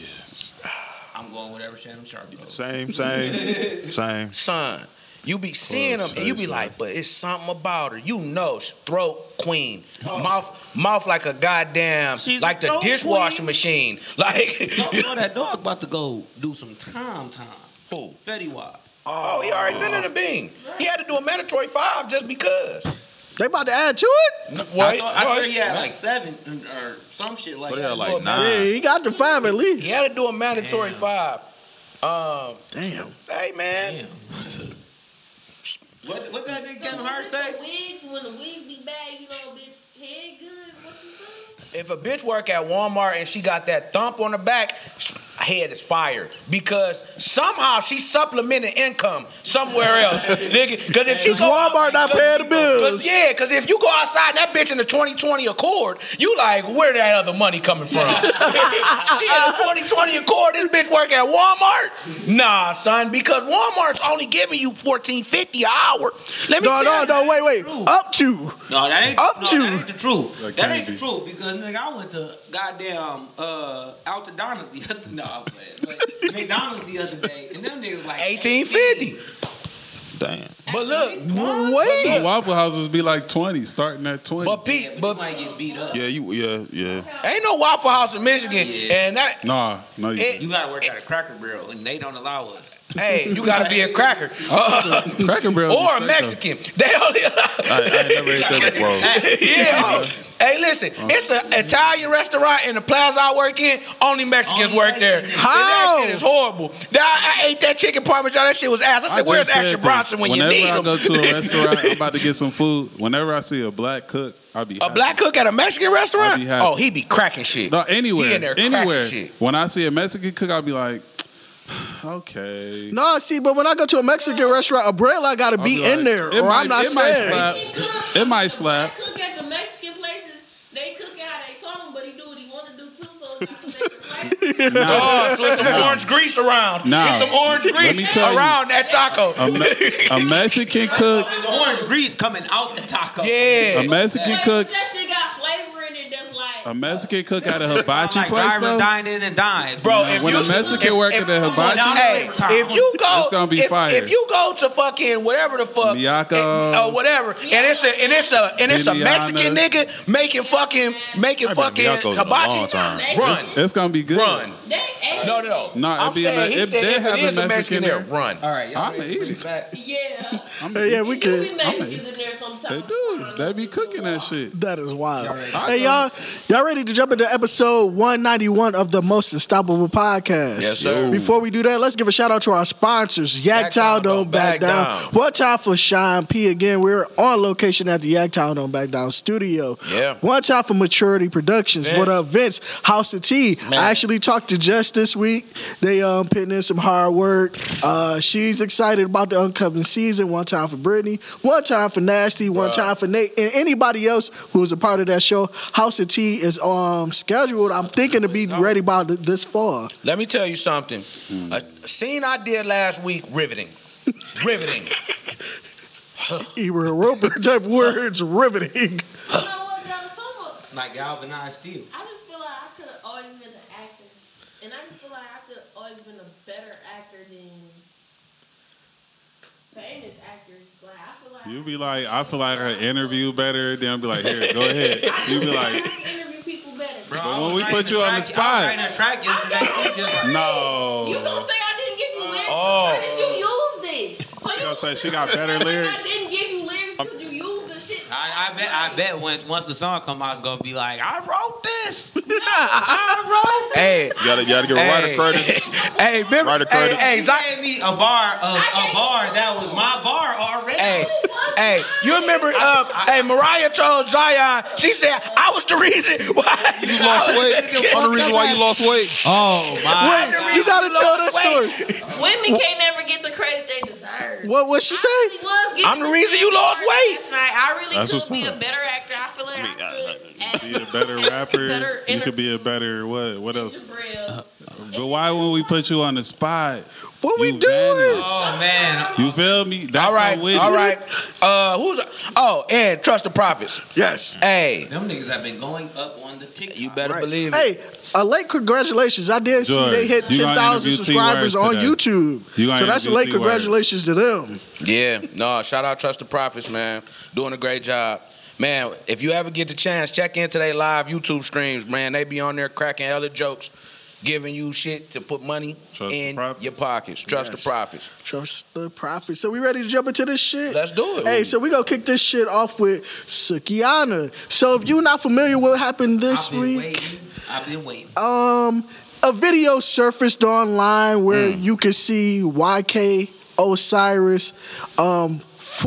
Speaker 10: I'm going whatever Shannon Sharp goes.
Speaker 9: Same,
Speaker 3: [laughs]
Speaker 9: same, same.
Speaker 3: son, you be seeing them, and you be like, but it's something about her. You know, she throat queen, mouth, mouth like a goddamn,
Speaker 10: Oh. She's a
Speaker 3: like the
Speaker 10: throat
Speaker 3: dishwasher
Speaker 10: queen.
Speaker 3: machine. [laughs] Like,
Speaker 10: Don't you know that dog about to go do some time time. Who? Fetty Wap.
Speaker 3: oh, he already been in a bean. He had to do a mandatory five just because.
Speaker 2: They about to add to it?
Speaker 3: Well,
Speaker 10: I, thought, I
Speaker 3: no,
Speaker 10: swear
Speaker 3: it's-
Speaker 10: he had like seven or some shit like
Speaker 9: But they
Speaker 10: that.
Speaker 9: had like
Speaker 2: Yeah,
Speaker 9: nine.
Speaker 2: he got the five at least.
Speaker 3: He had to do a mandatory
Speaker 10: Damn.
Speaker 3: five. Um,
Speaker 2: Damn.
Speaker 3: hey man,
Speaker 10: Damn. what, what that nigga Kevin Hart say?
Speaker 6: The wigs, when the wigs be bad, you know, bitch, head good. What you say?
Speaker 3: If a bitch work at Walmart and she got that thump on the back, head is fired because somehow she supplementing income
Speaker 2: [laughs]
Speaker 3: somewhere else, nigga. Because if she
Speaker 2: Cause Walmart not paying the bills.
Speaker 3: Cause, yeah, because if you go outside and that bitch in the 2020 Accord, you like, where that other money
Speaker 2: [laughs]
Speaker 3: coming from? she in the 2020 Accord, this bitch work at Walmart? Nah, son, because Walmart's only giving you 14.50 an hour. Let me
Speaker 2: No,
Speaker 3: tell
Speaker 2: no,
Speaker 3: you-
Speaker 2: no, wait, wait. Up to.
Speaker 10: No, that ain't,
Speaker 2: Up
Speaker 10: no,
Speaker 2: to.
Speaker 10: that ain't the truth.
Speaker 5: That
Speaker 10: That,
Speaker 5: can't
Speaker 10: ain't
Speaker 5: be.
Speaker 10: the truth because nigga, I went to goddamn uh, Altadonna's the [laughs] other no, I'm playing, but McDonald's the other day, and them niggas like
Speaker 3: 18.50.
Speaker 9: Damn.
Speaker 3: But look,
Speaker 2: Wait.
Speaker 5: Waffle houses be like 20, starting at 20.
Speaker 3: but
Speaker 10: Yeah,
Speaker 3: Pete,
Speaker 10: but
Speaker 3: but
Speaker 10: you might get beat up.
Speaker 9: Yeah, you, yeah, yeah.
Speaker 3: Ain't no Waffle House in Michigan, and that
Speaker 5: nah, no, you
Speaker 3: It-
Speaker 5: it,
Speaker 10: You gotta work at a Cracker Barrel, and they don't allow us.
Speaker 3: hey, you gotta be a cracker Uh,
Speaker 5: Cracker Barrel is
Speaker 3: or a
Speaker 5: straight
Speaker 3: Mexican. [laughs] They only
Speaker 9: I, I ain't never ate that
Speaker 3: [laughs]
Speaker 9: before.
Speaker 3: yeah. oh. Hey, listen,
Speaker 5: Uh-huh.
Speaker 3: it's an Italian restaurant in the plaza I work in. Only Mexicans
Speaker 10: Only
Speaker 3: work there. And
Speaker 2: How?
Speaker 3: That shit is horrible. That- I, I ate that chicken parmesan. That shit was ass. I
Speaker 5: I
Speaker 3: said, "Where's
Speaker 5: just said
Speaker 3: Action
Speaker 5: this.
Speaker 3: Bronson when
Speaker 5: Whenever
Speaker 3: you need
Speaker 5: I
Speaker 3: him?"
Speaker 5: go
Speaker 3: [laughs]
Speaker 5: to a restaurant, I'm about to get some food. Whenever I see a black cook, I'll be
Speaker 3: a
Speaker 5: happy.
Speaker 3: black cook at a Mexican
Speaker 5: I'd
Speaker 3: restaurant?
Speaker 5: be happy.
Speaker 3: Oh, he be cracking shit.
Speaker 5: No, anywhere,
Speaker 3: He in there cracking
Speaker 5: anywhere.
Speaker 3: shit.
Speaker 5: When I see a Mexican cook, I'll be like, [sighs]
Speaker 3: [laughs]
Speaker 5: okay.
Speaker 2: No, see, but when I go to a Mexican restaurant, a bread line gotta
Speaker 5: I'll
Speaker 2: be
Speaker 5: like,
Speaker 2: in there,
Speaker 5: it
Speaker 2: or
Speaker 5: might-
Speaker 2: I'm not
Speaker 5: it might
Speaker 2: scared.
Speaker 5: slap.
Speaker 6: Cook,
Speaker 5: Uh, It might slap.
Speaker 6: I cook at the Mexican places. They cook how they told him, but he do what he want to do too. So it's not
Speaker 5: [laughs]
Speaker 6: the Mexican place.
Speaker 3: Oh, so it's some
Speaker 5: No.
Speaker 3: orange grease around.
Speaker 5: No.
Speaker 3: It's some orange
Speaker 5: Let me
Speaker 3: grease
Speaker 5: tell you.
Speaker 3: around that taco.
Speaker 5: A, Me-
Speaker 3: [laughs]
Speaker 5: a Mexican cook,
Speaker 10: Orange grease coming out the taco.
Speaker 3: yeah.
Speaker 5: a Mexican
Speaker 6: But
Speaker 5: cook, Um,
Speaker 6: That shit got flavor in it. That's like.
Speaker 5: a Mexican
Speaker 3: [laughs]
Speaker 5: cook at a
Speaker 10: I'm
Speaker 5: hibachi
Speaker 10: like
Speaker 5: place
Speaker 10: driving,
Speaker 5: though.
Speaker 10: dining, and dimes.
Speaker 3: Bro,
Speaker 5: Nah,
Speaker 3: if
Speaker 5: when
Speaker 3: you
Speaker 5: a Mexican work
Speaker 3: if-
Speaker 5: at the
Speaker 3: if-
Speaker 5: hibachi-
Speaker 10: Come on,
Speaker 3: hey,
Speaker 10: y'all know
Speaker 3: if you go,
Speaker 5: It's gonna be
Speaker 3: if,
Speaker 5: fire.
Speaker 3: if you go to fucking whatever the fuck,
Speaker 5: Miyakos.
Speaker 3: and- or whatever, and it's a and it's a and it's a
Speaker 5: Indiana's.
Speaker 3: Mexican nigga making fucking making
Speaker 9: I've been
Speaker 3: fucking
Speaker 9: to Miyakos in a long
Speaker 3: hibachi,
Speaker 9: time.
Speaker 3: run,
Speaker 5: It's gonna be good.
Speaker 3: run.
Speaker 6: They ate
Speaker 3: No, no, no.
Speaker 6: it.
Speaker 5: No, it'd
Speaker 3: I'm
Speaker 5: be a
Speaker 3: saying
Speaker 5: Me-
Speaker 3: he
Speaker 5: if
Speaker 3: said
Speaker 5: they
Speaker 3: if
Speaker 5: have
Speaker 3: it
Speaker 5: a
Speaker 3: is a
Speaker 5: Mexican
Speaker 3: Mexican there,
Speaker 5: there.
Speaker 3: run.
Speaker 10: All right, y'all
Speaker 5: I'ma
Speaker 10: ready to
Speaker 5: eat
Speaker 10: bring
Speaker 5: it.
Speaker 10: back?
Speaker 6: Yeah. [laughs]
Speaker 5: I'm-
Speaker 2: Yeah, we
Speaker 6: It do be
Speaker 2: could.
Speaker 6: Mexicans in there sometimes.
Speaker 5: They do. They be cooking that shit.
Speaker 2: That is wild.
Speaker 10: Y'all ready?
Speaker 2: Hey y'all, y'all Y'all ready to jump into episode 191 of the Most Unstoppable Podcast?
Speaker 4: Yes, sir.
Speaker 2: Before we do that, let's give a shout out to our sponsors, Yak Town Don't Back Down. Watch out for Shine P again. We're on location at the Yak Town Don't Back Down studio.
Speaker 4: Yeah.
Speaker 2: Watch out for Maturity Productions. What up, Vince? House of T. I actually talked to Jess this week. They um putting in some hard work. Uh, she's excited about the upcoming season. One time for Brittany, one time for Nasty, one time for Nate, and anybody else who was a part of that show. House of T is um scheduled. I'm thinking to be ready by th- this fall.
Speaker 3: Let me tell you something.
Speaker 5: Hmm.
Speaker 3: A scene I did last week, riveting.
Speaker 5: [laughs]
Speaker 3: riveting.
Speaker 2: Ebra Roper type words riveting.
Speaker 6: You know what, though? Some of-
Speaker 10: Like galvanized steel.
Speaker 6: I just feel like I could have always been an actor. And I just feel like I could have always been a better actor than famous actors. Like, I feel like.
Speaker 5: You be like, I feel like I interview better. Then I'll be like, here, go ahead. You be
Speaker 6: I
Speaker 5: like,
Speaker 6: can interview people better.
Speaker 5: But when we put you on the spot-
Speaker 10: I was writing a track yesterday. She just like,
Speaker 6: You
Speaker 5: no.
Speaker 6: gonna say I didn't give you lyrics?
Speaker 3: Oh.
Speaker 6: Why did you use it? So you
Speaker 5: gonna
Speaker 6: [laughs]
Speaker 5: say she got better lyrics?
Speaker 6: I didn't give you lyrics because you used the shit.
Speaker 10: I, I bet. I bet when once the song comes out, it's gonna be like, I wrote this.
Speaker 3: Hey.
Speaker 9: You gotta, you gotta give a writer
Speaker 3: Hey.
Speaker 9: credit.
Speaker 3: [laughs] Hey, remember?
Speaker 9: Writer
Speaker 3: hey,
Speaker 9: credits.
Speaker 3: hey,
Speaker 10: She
Speaker 3: Zy-
Speaker 10: gave me a bar of a
Speaker 6: gave
Speaker 10: bar that was my bar already.
Speaker 3: Hey,
Speaker 6: was
Speaker 3: hey, you remember? Uh, hey, Mariah told Zion. She said, "I was the reason why
Speaker 9: You lost weight. I'm the reason why you lost weight.
Speaker 10: Oh my!
Speaker 2: Wait, you gotta tell that story.
Speaker 6: Women can't never get the credit they deserve.
Speaker 2: What was she
Speaker 6: I
Speaker 2: saying?
Speaker 6: really was giving
Speaker 3: I'm
Speaker 6: this
Speaker 3: the reason
Speaker 6: man
Speaker 3: you lost
Speaker 6: hard
Speaker 3: weight.
Speaker 6: Last night. I really
Speaker 5: That's what's
Speaker 6: could be
Speaker 5: up.
Speaker 6: a better actor. I feel like I,
Speaker 9: mean, I-
Speaker 6: could act
Speaker 2: [laughs]
Speaker 5: Be a
Speaker 6: [laughs]
Speaker 5: better rapper. You could be a better what? What else?
Speaker 6: real.
Speaker 5: But why when we put you on the spot?
Speaker 2: What we
Speaker 5: you
Speaker 2: doing?
Speaker 5: vanished.
Speaker 10: Oh man!
Speaker 5: You feel me? That's
Speaker 3: All right,
Speaker 5: not with
Speaker 3: all
Speaker 5: it.
Speaker 3: right. Uh, who's? Oh, and trust the prophets.
Speaker 2: Yes.
Speaker 3: Hey,
Speaker 10: Them niggas have been going up on the TikTok.
Speaker 3: you better
Speaker 2: Right.
Speaker 3: believe it.
Speaker 2: Hey, a late congratulations. I did see
Speaker 5: Jordan,
Speaker 2: they hit
Speaker 5: you gonna
Speaker 2: 10,000
Speaker 5: interview
Speaker 2: subscribers on
Speaker 5: T-Words today.
Speaker 2: YouTube.
Speaker 5: You gonna
Speaker 2: so that's a
Speaker 5: interview
Speaker 2: late
Speaker 5: T-Words.
Speaker 2: congratulations to them.
Speaker 3: Yeah, no, shout out Trust the Prophets, man. Doing a great job. Man, if you ever get the chance, check into their live YouTube streams, man. They be on there cracking hella jokes, giving you shit to put money
Speaker 5: Trust the
Speaker 3: in
Speaker 5: prophets.
Speaker 3: your pockets. Trust
Speaker 2: Yes.
Speaker 3: the Prophets.
Speaker 2: Trust the prophet. So we ready to jump into this shit?
Speaker 3: Let's do it.
Speaker 2: Hey, so we gonna kick this shit off with Sukiana. So if you're not familiar with what happened this
Speaker 10: I've been
Speaker 2: week,
Speaker 10: waiting. I've been waiting.
Speaker 2: um, a video surfaced online where
Speaker 5: Hmm.
Speaker 2: you can see YK Osiris um,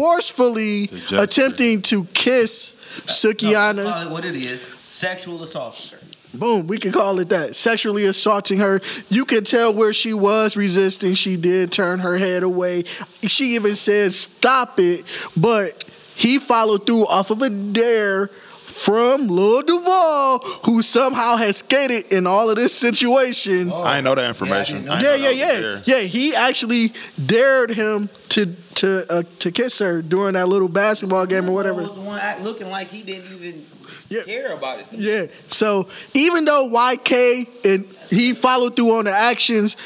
Speaker 2: forcefully
Speaker 5: jester.
Speaker 2: attempting to kiss Sukiana.
Speaker 10: No, it's probably what it is. Sexual assault.
Speaker 2: Boom, we can call it that. Sexually assaulting her. You can tell where she was resisting. She did turn her head away. She even said, Stop it. But he followed through off of a dare from Lil Duval, who somehow has skated in all of this situation.
Speaker 9: Oh. I ain't know that information.
Speaker 10: Yeah,
Speaker 9: I ain't
Speaker 2: Yeah,
Speaker 9: know
Speaker 2: yeah,
Speaker 9: that was
Speaker 2: yeah,
Speaker 9: there.
Speaker 2: yeah. He actually dared him to to uh, to kiss her during that little basketball game or whatever.
Speaker 10: Was the one act looking like he didn't even
Speaker 2: Yeah.
Speaker 10: care about it.
Speaker 2: Yeah. So even though YK and he followed through on the actions,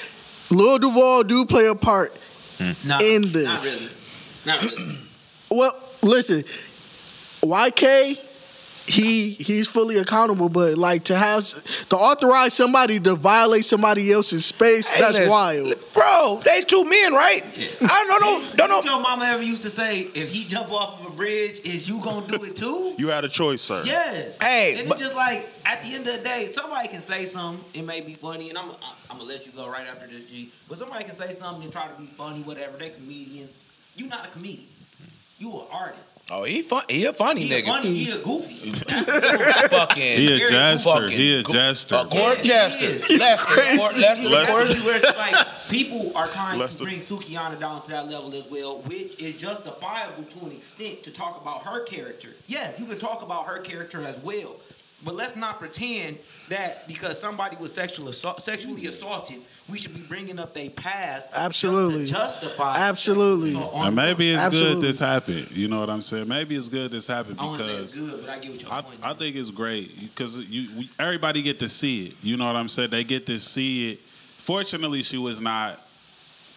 Speaker 2: Lil Duval do play a part.
Speaker 10: Nah,
Speaker 2: In this.
Speaker 10: Not really. Not really.
Speaker 2: Well, listen, YK, he he's fully accountable, but like to have to authorize somebody to violate somebody else's space,
Speaker 3: Hey,
Speaker 2: that's
Speaker 3: listen,
Speaker 2: wild.
Speaker 3: Bro, they two men, right?
Speaker 10: Yeah.
Speaker 3: I don't know. [clears throat] Don't know.
Speaker 10: Did your mama ever used to say, if he jump off of a bridge, is you gonna do it too?
Speaker 9: [laughs] You had a choice, sir.
Speaker 10: Yes.
Speaker 3: Hey,
Speaker 10: and
Speaker 3: but-
Speaker 10: it's just like at the end of the day, somebody can say something. It may be funny, and I'm I'm gonna let you go right after this, G. But somebody can say something and try to be funny, whatever. They comedians. You not a comedian. You an artist.
Speaker 3: Oh, he fun. He a funny
Speaker 10: He a
Speaker 3: nigga. [laughs]
Speaker 10: funny. He a goofy.
Speaker 3: Fucking.
Speaker 5: He a
Speaker 10: Very
Speaker 5: jester.
Speaker 3: fucking
Speaker 5: He a jester.
Speaker 3: A
Speaker 5: bro.
Speaker 3: court jester.
Speaker 10: He is.
Speaker 3: Lester.
Speaker 2: crazy.
Speaker 3: Court, Lester.
Speaker 10: That's
Speaker 9: Lester.
Speaker 3: Court-
Speaker 10: really where it's like people are trying to
Speaker 9: Lester.
Speaker 10: bring Sukiana down to that level as well, which is justifiable to an extent to talk about her character. Yeah, you can talk about her character as well, but let's not pretend that because somebody was sexual assault, sexually assaulted, we should be bringing up their past. just to
Speaker 2: Absolutely.
Speaker 10: justify.
Speaker 2: Absolutely.
Speaker 10: So um, on-
Speaker 5: And maybe it's
Speaker 2: Absolutely.
Speaker 5: good this happened. You know what I'm saying? Maybe it's good this happened
Speaker 10: I wouldn't say it's
Speaker 5: because
Speaker 10: good, but I get what your
Speaker 5: I,
Speaker 10: point.
Speaker 5: I think it's great because you we, everybody get to see it. You know what I'm saying? They get to see it. Fortunately, she was not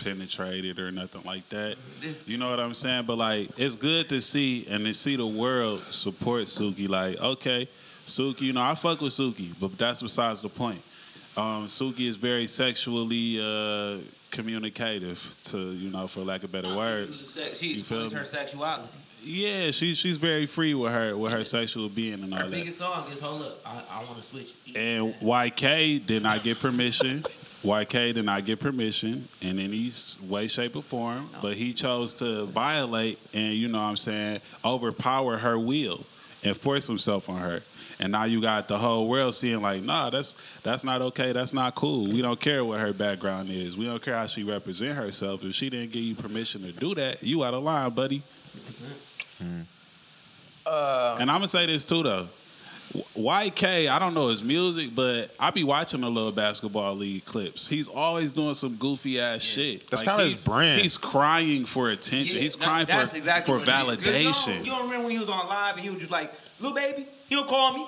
Speaker 5: penetrated or nothing like that.
Speaker 10: This-
Speaker 5: You know what I'm saying? But like, it's good to see and to see the world support Suki. Like, okay, Suki, you know, I fuck with Suki, but that's besides the point. Um, Suki is very sexually uh, communicative, to you know, for lack of better
Speaker 10: She
Speaker 5: words.
Speaker 10: uses sex- She
Speaker 5: You feel
Speaker 10: explains
Speaker 5: me?
Speaker 10: her sexuality.
Speaker 5: yeah, she she's very free with her with her sexual being and
Speaker 10: Her
Speaker 5: all that.
Speaker 10: biggest song is "Hold Up." I, I want to switch.
Speaker 5: And YK did not get permission. YK did not get permission in any s- way, shape, or form. But he chose to violate and you know what I'm saying overpower her will and force himself on her. And now you got the whole world seeing like, nah, that's that's not okay. That's not cool. We don't care what her background is. We don't care how she represent herself. If she didn't give you permission to do that, you out of line, buddy.
Speaker 10: Uh,
Speaker 5: And I'm gonna say this too though. YK, I don't know his music, but I be watching the little basketball league clips. He's always doing some goofy ass shit.
Speaker 9: That's kinda his
Speaker 5: he's-
Speaker 9: brand.
Speaker 5: He's crying for attention.
Speaker 10: Yeah,
Speaker 5: he's
Speaker 10: that-
Speaker 5: crying
Speaker 10: that's
Speaker 5: for
Speaker 10: exactly
Speaker 5: for
Speaker 10: what it is. 'Cause You
Speaker 5: validation.
Speaker 10: don't, you don't remember when he was on live and he was just like, "Lil baby, he don't call me.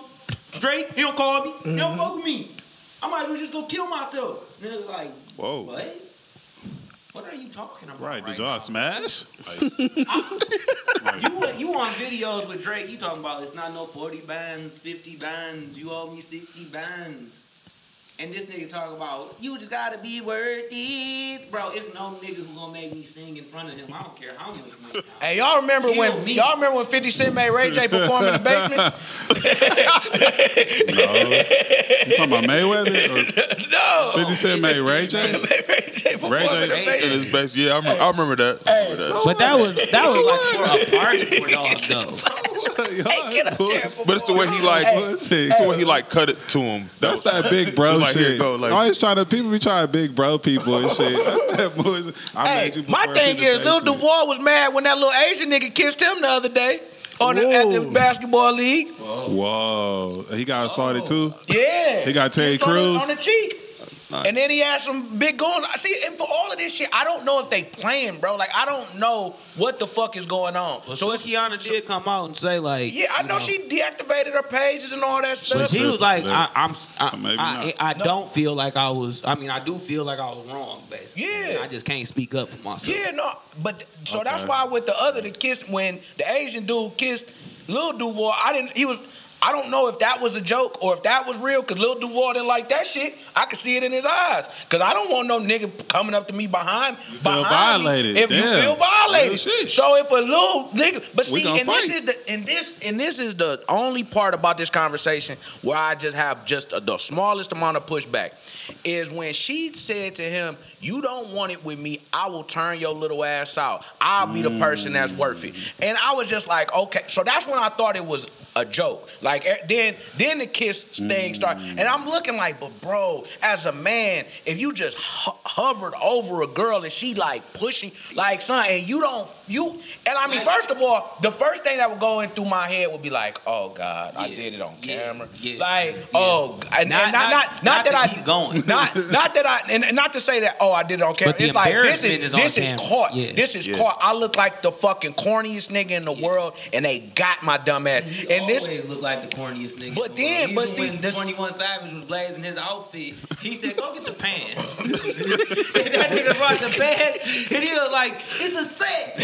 Speaker 10: Drake, he don't call me. He don't fuck with me. I might as well just go kill myself." And it was like,
Speaker 9: Whoa.
Speaker 10: what? What are you talking about?
Speaker 5: Right? Did
Speaker 10: now?
Speaker 5: y'all smash?
Speaker 10: You you on videos with Drake? You talking about it's not no forty bands, fifty bands. You owe me sixty bands. And this nigga talk about you just gotta be worth it, bro. It's no nigga who gonna make me sing in front of him. I don't care how much money. I-
Speaker 3: Hey, y'all remember
Speaker 10: Kill
Speaker 3: when
Speaker 10: me.
Speaker 3: y'all remember when 50 Cent made Ray J perform in the [laughs] basement?
Speaker 5: No. [laughs] you talking about
Speaker 10: [laughs]
Speaker 5: Mayweather? Or
Speaker 3: [laughs] no.
Speaker 5: 50 Cent made Ray J?
Speaker 3: Ray J perform
Speaker 5: Ray J-
Speaker 3: in the
Speaker 5: Ray
Speaker 9: In
Speaker 3: basement.
Speaker 9: his base, yeah, I remember, I remember that. I remember that.
Speaker 10: But that was that was like for a party for dogs though.
Speaker 3: Hey, get up there and
Speaker 9: But it's the way he like,
Speaker 3: Hey.
Speaker 9: it's the way he like cut it to him.
Speaker 5: That's that big bro
Speaker 9: Like, here
Speaker 5: shit.
Speaker 9: go, like-
Speaker 5: Always trying to people be trying to big bro people and shit. That's that [laughs] bullshit. I
Speaker 3: Hey,
Speaker 5: made you
Speaker 3: my
Speaker 5: perform
Speaker 3: thing
Speaker 5: in the
Speaker 3: is, Lil
Speaker 5: basement.
Speaker 3: Duval was mad when that little Asian nigga kissed him the other day on the, at the
Speaker 2: Whoa.
Speaker 3: basketball league.
Speaker 5: Whoa, he got assaulted too.
Speaker 3: Yeah,
Speaker 5: He got Terry
Speaker 3: Kissed on the-
Speaker 5: Crews. Uh,
Speaker 3: on the cheek. And then he had some big going. I see, and for all of this shit, I don't know if they playing, bro. Like I don't know what the fuck is going on.
Speaker 10: So Kiana did come out and say like,
Speaker 3: Yeah, I
Speaker 10: you
Speaker 3: know, she deactivated her pages and all that
Speaker 10: So
Speaker 3: stuff.
Speaker 10: she was like, I, I'm,
Speaker 5: Maybe
Speaker 10: I,
Speaker 5: not.
Speaker 10: I, I don't feel like I was. I mean, I do feel like I was wrong, basically.
Speaker 3: Yeah.
Speaker 10: And I just can't speak up for myself.
Speaker 3: Yeah, no, but so that's
Speaker 5: Okay.
Speaker 3: why with the other the kiss when the Asian dude kissed Lil Duval, I didn't. He was. I don't know if that was a joke or if that was real, cause Lil Duval didn't like that shit. I could see it in his eyes, cause I don't want no nigga coming up to me behind, you
Speaker 5: feel violated.
Speaker 3: If you
Speaker 5: Damn.
Speaker 3: feel violated,
Speaker 5: Real shit.
Speaker 3: so if a little nigga, but
Speaker 5: We
Speaker 3: see,
Speaker 5: gonna
Speaker 3: and this
Speaker 5: fight.
Speaker 3: is the and this and this is the only part about this conversation where I just have just the smallest amount of pushback is when she said to him, "You don't want it with me. I will turn your little ass out. I'll be the person that's worth it." And I was just like, "Okay." So that's when I thought it was a joke. Like eh, then, then the kiss thing started,
Speaker 10: Mm.
Speaker 3: and I'm looking like, "But bro, as a man, if you just ho- hovered over a girl and she like pushing, like son, and you don't, you." And I mean, first of all, the first thing that would go in through my head would be like, "Oh God, I
Speaker 10: Yeah,
Speaker 3: did it on
Speaker 10: yeah,
Speaker 3: camera."
Speaker 10: yeah,
Speaker 3: like,
Speaker 10: yeah.
Speaker 3: oh, and
Speaker 10: Not-
Speaker 3: and not, not, not,
Speaker 10: not
Speaker 3: that
Speaker 10: to
Speaker 3: I
Speaker 10: keep going.
Speaker 3: not not that I and and not to say that oh I did it on camera.
Speaker 10: But the
Speaker 3: It's like this
Speaker 10: embarrassment
Speaker 3: is,
Speaker 10: is on
Speaker 3: this is
Speaker 10: camera.
Speaker 3: caught.
Speaker 10: Yeah.
Speaker 3: This is
Speaker 9: Yeah.
Speaker 3: caught. I look like the fucking corniest nigga in the world, and they got my dumb ass.
Speaker 10: He
Speaker 3: [laughs] And
Speaker 10: always
Speaker 3: this
Speaker 10: looked like the corniest nigga.
Speaker 3: But
Speaker 10: in the
Speaker 3: then- but
Speaker 10: world. Even
Speaker 3: see,
Speaker 10: when
Speaker 3: this-
Speaker 10: Twenty One Savage was blazing his outfit, he said, "Go get some
Speaker 3: [laughs]
Speaker 10: pants." [laughs] that nigga brought the pants, and he was like, "It's a set."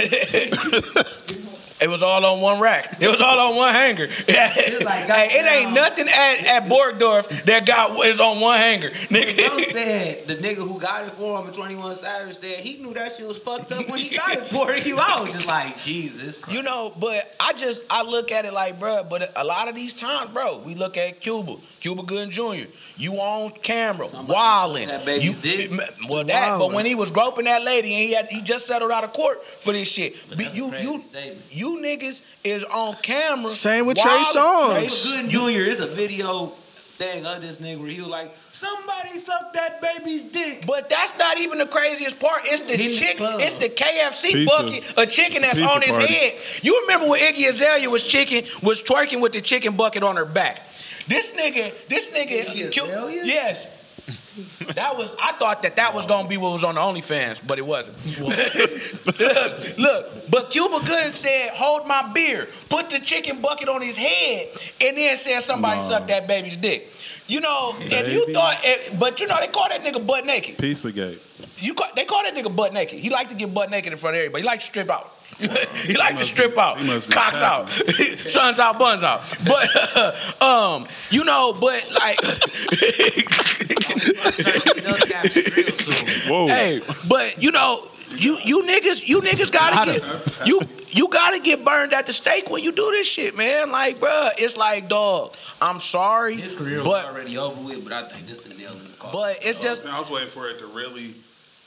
Speaker 3: it was all on one rack. It was all on one
Speaker 10: [laughs]
Speaker 3: hanger. Yeah.
Speaker 10: like,
Speaker 3: [laughs] hey, it ain't
Speaker 10: goddamn.
Speaker 3: nothing at, at Borgdorf that got is on one hanger,
Speaker 10: Bro
Speaker 3: nigga.
Speaker 10: said the nigga who got it for him, Twenty One Savage said he knew that shit was fucked up when he got it for you. I was just like, Jesus. Christ.
Speaker 3: You know, but I just I look at it like, bruh, But a lot of these times, bro, we look at Cuba, Cuba Gooding Jr. You on camera,
Speaker 10: Somebody
Speaker 3: wilding.
Speaker 10: that baby's
Speaker 3: you,
Speaker 10: dick.
Speaker 3: well, that. But
Speaker 2: Wildin'.
Speaker 3: when he was groping that lady, and he had he just settled out of court for this shit. Be-
Speaker 10: that's a
Speaker 3: you
Speaker 10: crazy
Speaker 3: you
Speaker 10: statement.
Speaker 3: you niggas is on camera.
Speaker 2: Same with Trey
Speaker 3: wildin'.
Speaker 2: Songz.
Speaker 10: Cuba Gooding Jr. is a video thing of this nigga where he was like, somebody suck that baby's dick.
Speaker 3: But that's not even the craziest part. It's the
Speaker 10: Hit the
Speaker 3: chick.
Speaker 10: club.
Speaker 3: it's the KFC
Speaker 5: Pizza.
Speaker 3: bucket of chicken
Speaker 5: It's a
Speaker 3: that's
Speaker 5: pizza
Speaker 3: on his
Speaker 5: party.
Speaker 3: head. You remember when Iggy Azalea was chicken was twerking with the chicken bucket on her back? This nigga, this nigga,
Speaker 10: Iggy
Speaker 3: Cu-
Speaker 10: Azalea?
Speaker 3: yes. That was I thought that that was gonna be what was on the OnlyFans, but it wasn't. [laughs] look, look, but Cuba Gooding said, "Hold my beer," put the chicken bucket on his head, and then said, "Somebody
Speaker 5: No.
Speaker 3: suck that baby's dick." You know, if you
Speaker 5: Baby.
Speaker 3: thought, eh, but you know, they call that nigga butt naked.
Speaker 5: Pizzagate.
Speaker 3: You call, they call that nigga butt naked. He like to get butt naked in front of everybody. He like to strip out. [laughs] he like to
Speaker 5: must
Speaker 3: strip
Speaker 5: be-
Speaker 3: out,
Speaker 5: he must be
Speaker 3: cocks out, suns out, [laughs] buns out. But [laughs] um, you know, but like, [laughs]
Speaker 9: Whoa.
Speaker 3: hey, but you know, you you niggas, you niggas gotta get you you gotta get burned at the stake when you do this shit, man. Like, bruh, it's like, dog. I'm sorry,
Speaker 10: His career was
Speaker 3: but
Speaker 10: already over with, but I think this the nail in the coffin.
Speaker 3: but it's just
Speaker 5: I was waiting for it to really,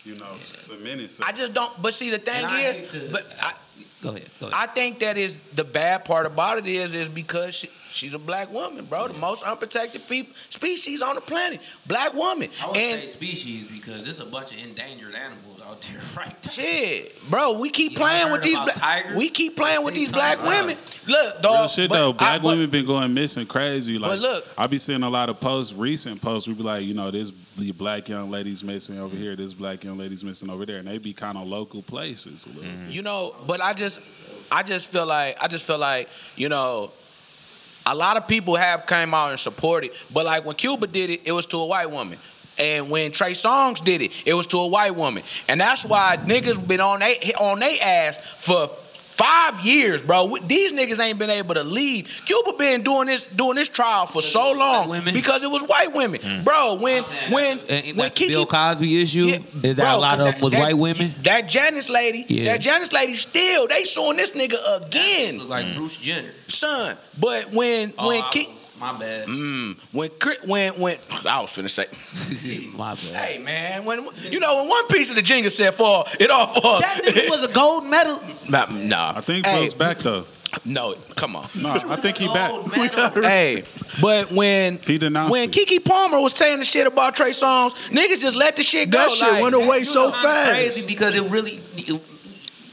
Speaker 5: you know, cement itself.
Speaker 3: I just don't. But see, the thing
Speaker 10: And I
Speaker 3: is,
Speaker 10: hate to-
Speaker 3: but I,
Speaker 10: go ahead, go ahead.
Speaker 3: I think that is the bad part about it is is because she, she's a black woman, bro. The most unprotected people species on the planet, black woman,
Speaker 10: I would say
Speaker 3: and
Speaker 10: species because there's a bunch of endangered animals out there [laughs] right now.
Speaker 3: shit, bro. We keep
Speaker 10: You
Speaker 3: playing
Speaker 10: heard
Speaker 3: with these
Speaker 10: about
Speaker 3: black.
Speaker 10: tigers?
Speaker 3: We keep playing with
Speaker 10: They
Speaker 3: these
Speaker 10: see
Speaker 3: black
Speaker 10: tigers.
Speaker 3: women. Look,
Speaker 5: Real
Speaker 3: dog.
Speaker 5: shit
Speaker 3: but
Speaker 5: though,
Speaker 3: I-
Speaker 5: black
Speaker 3: but-
Speaker 5: women been going missing crazy. Like,
Speaker 3: look-
Speaker 5: I be seeing a lot of posts, recent posts. We be like, you know, this the black young lady's missing over here, this black young lady's missing over there, and they be kind of local places. a little bit.
Speaker 3: Mm-hmm. you know but i just i just feel like i just feel like you know a lot of people have came out and supported but like when cuba did it it was to a white woman and when Trey Songz did it, it was to a white woman, and that's why niggas been on they on they ass for five years, bro. We- These niggas ain't been able to leave. Cuba been doing this doing this trial for so long
Speaker 10: women. Mm.
Speaker 3: because it was white women, bro. When when
Speaker 10: And
Speaker 3: when
Speaker 10: like the
Speaker 3: Kiki
Speaker 10: Bill Cosby issue
Speaker 3: yeah,
Speaker 10: is that
Speaker 3: bro,
Speaker 10: a lot of them was
Speaker 3: that-
Speaker 10: white women.
Speaker 3: That Janice lady,
Speaker 10: Yeah.
Speaker 3: that Janice lady, still they suing this nigga
Speaker 10: Look
Speaker 3: again,
Speaker 10: like Bruce Jenner.
Speaker 3: son. But when
Speaker 10: Oh,
Speaker 3: when
Speaker 10: I
Speaker 3: Ki-
Speaker 10: was- my bad,
Speaker 3: mm, when Cri- when when I was finna say,
Speaker 10: [laughs] my bad.
Speaker 3: hey man, when you know when one piece of the Jenga set fall, it all falls.
Speaker 10: That nigga was a gold medal.
Speaker 3: [laughs] Nah, nah.
Speaker 5: I think
Speaker 3: Hey,
Speaker 5: Bro's back though.
Speaker 3: No, come on.
Speaker 5: No, I think he [laughs] back.
Speaker 10: Gold medal.
Speaker 3: hey, but when
Speaker 5: He denounced
Speaker 3: when
Speaker 5: it.
Speaker 3: Kiki Palmer was saying the shit about Trey Songz, niggas just let the shit go.
Speaker 2: That shit
Speaker 3: like,
Speaker 2: went away so
Speaker 10: Kinda
Speaker 2: fast.
Speaker 10: Crazy because it really it-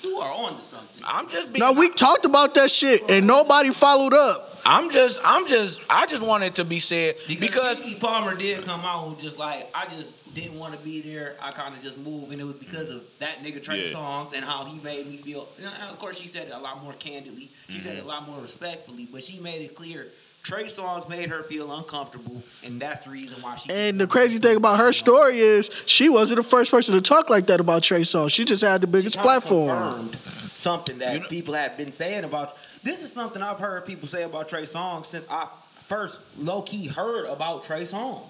Speaker 10: you are on to something.
Speaker 3: I'm just being
Speaker 2: Now we talked about that shit and nobody followed up.
Speaker 3: I'm just, I'm just, I just want it to be said
Speaker 10: Because
Speaker 3: because
Speaker 10: Kiki Palmer did come out and just like I just didn't want to be there. I kind of just moved, and it was because of that nigga Trey
Speaker 9: Yeah.
Speaker 10: songs and how he made me feel. And of course, she said it a lot more candidly. She said
Speaker 2: Mm-hmm.
Speaker 10: it a lot more respectfully, but she made it clear. Trey Songs made her feel uncomfortable, and that's the reason why she.
Speaker 2: And the crazy thing about her story is she wasn't the first person to talk like that about Trey Songz. She just had the biggest
Speaker 10: kinda
Speaker 2: platform.
Speaker 10: confirmed Something that people have been saying about this is something I've heard people say about Trey Songz since I first low key heard about Trey Songz.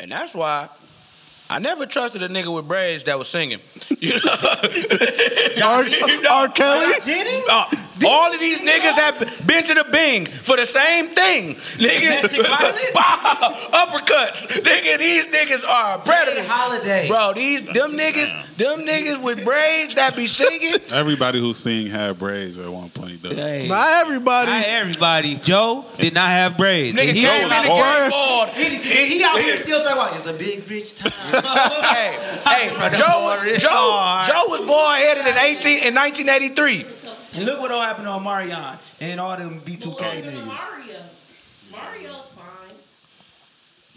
Speaker 3: And that's why I never trusted a nigga with braids that was singing. You know?
Speaker 2: R.
Speaker 3: You know?
Speaker 2: R. Kelly?
Speaker 10: Jennings?
Speaker 3: Uh, all of these niggas have been to the Bing for the same thing. Nigga, [laughs]
Speaker 10: Domestic violence?
Speaker 3: Wow, uppercuts. Nigga, these niggas are predators.
Speaker 10: Holiday.
Speaker 3: Bro, these them niggas, them niggas with braids that
Speaker 2: [laughs]
Speaker 3: be singing.
Speaker 5: Everybody who sing had braids at one point though.
Speaker 2: Not everybody.
Speaker 10: Not everybody. Joe did not have braids.
Speaker 3: Nigga
Speaker 10: And he,
Speaker 3: came in the game
Speaker 9: hard.
Speaker 3: bald.
Speaker 10: he, he out here still talking about it's a big bitch time.
Speaker 3: [laughs]
Speaker 10: [laughs]
Speaker 3: hey, hey, Joe, Joe, Joe was born headed in 18 in 1983.
Speaker 10: and look what all happened to Omarion and all them
Speaker 6: Well,
Speaker 10: B2K
Speaker 6: look at
Speaker 10: niggas.
Speaker 6: Mario. Mario's fine.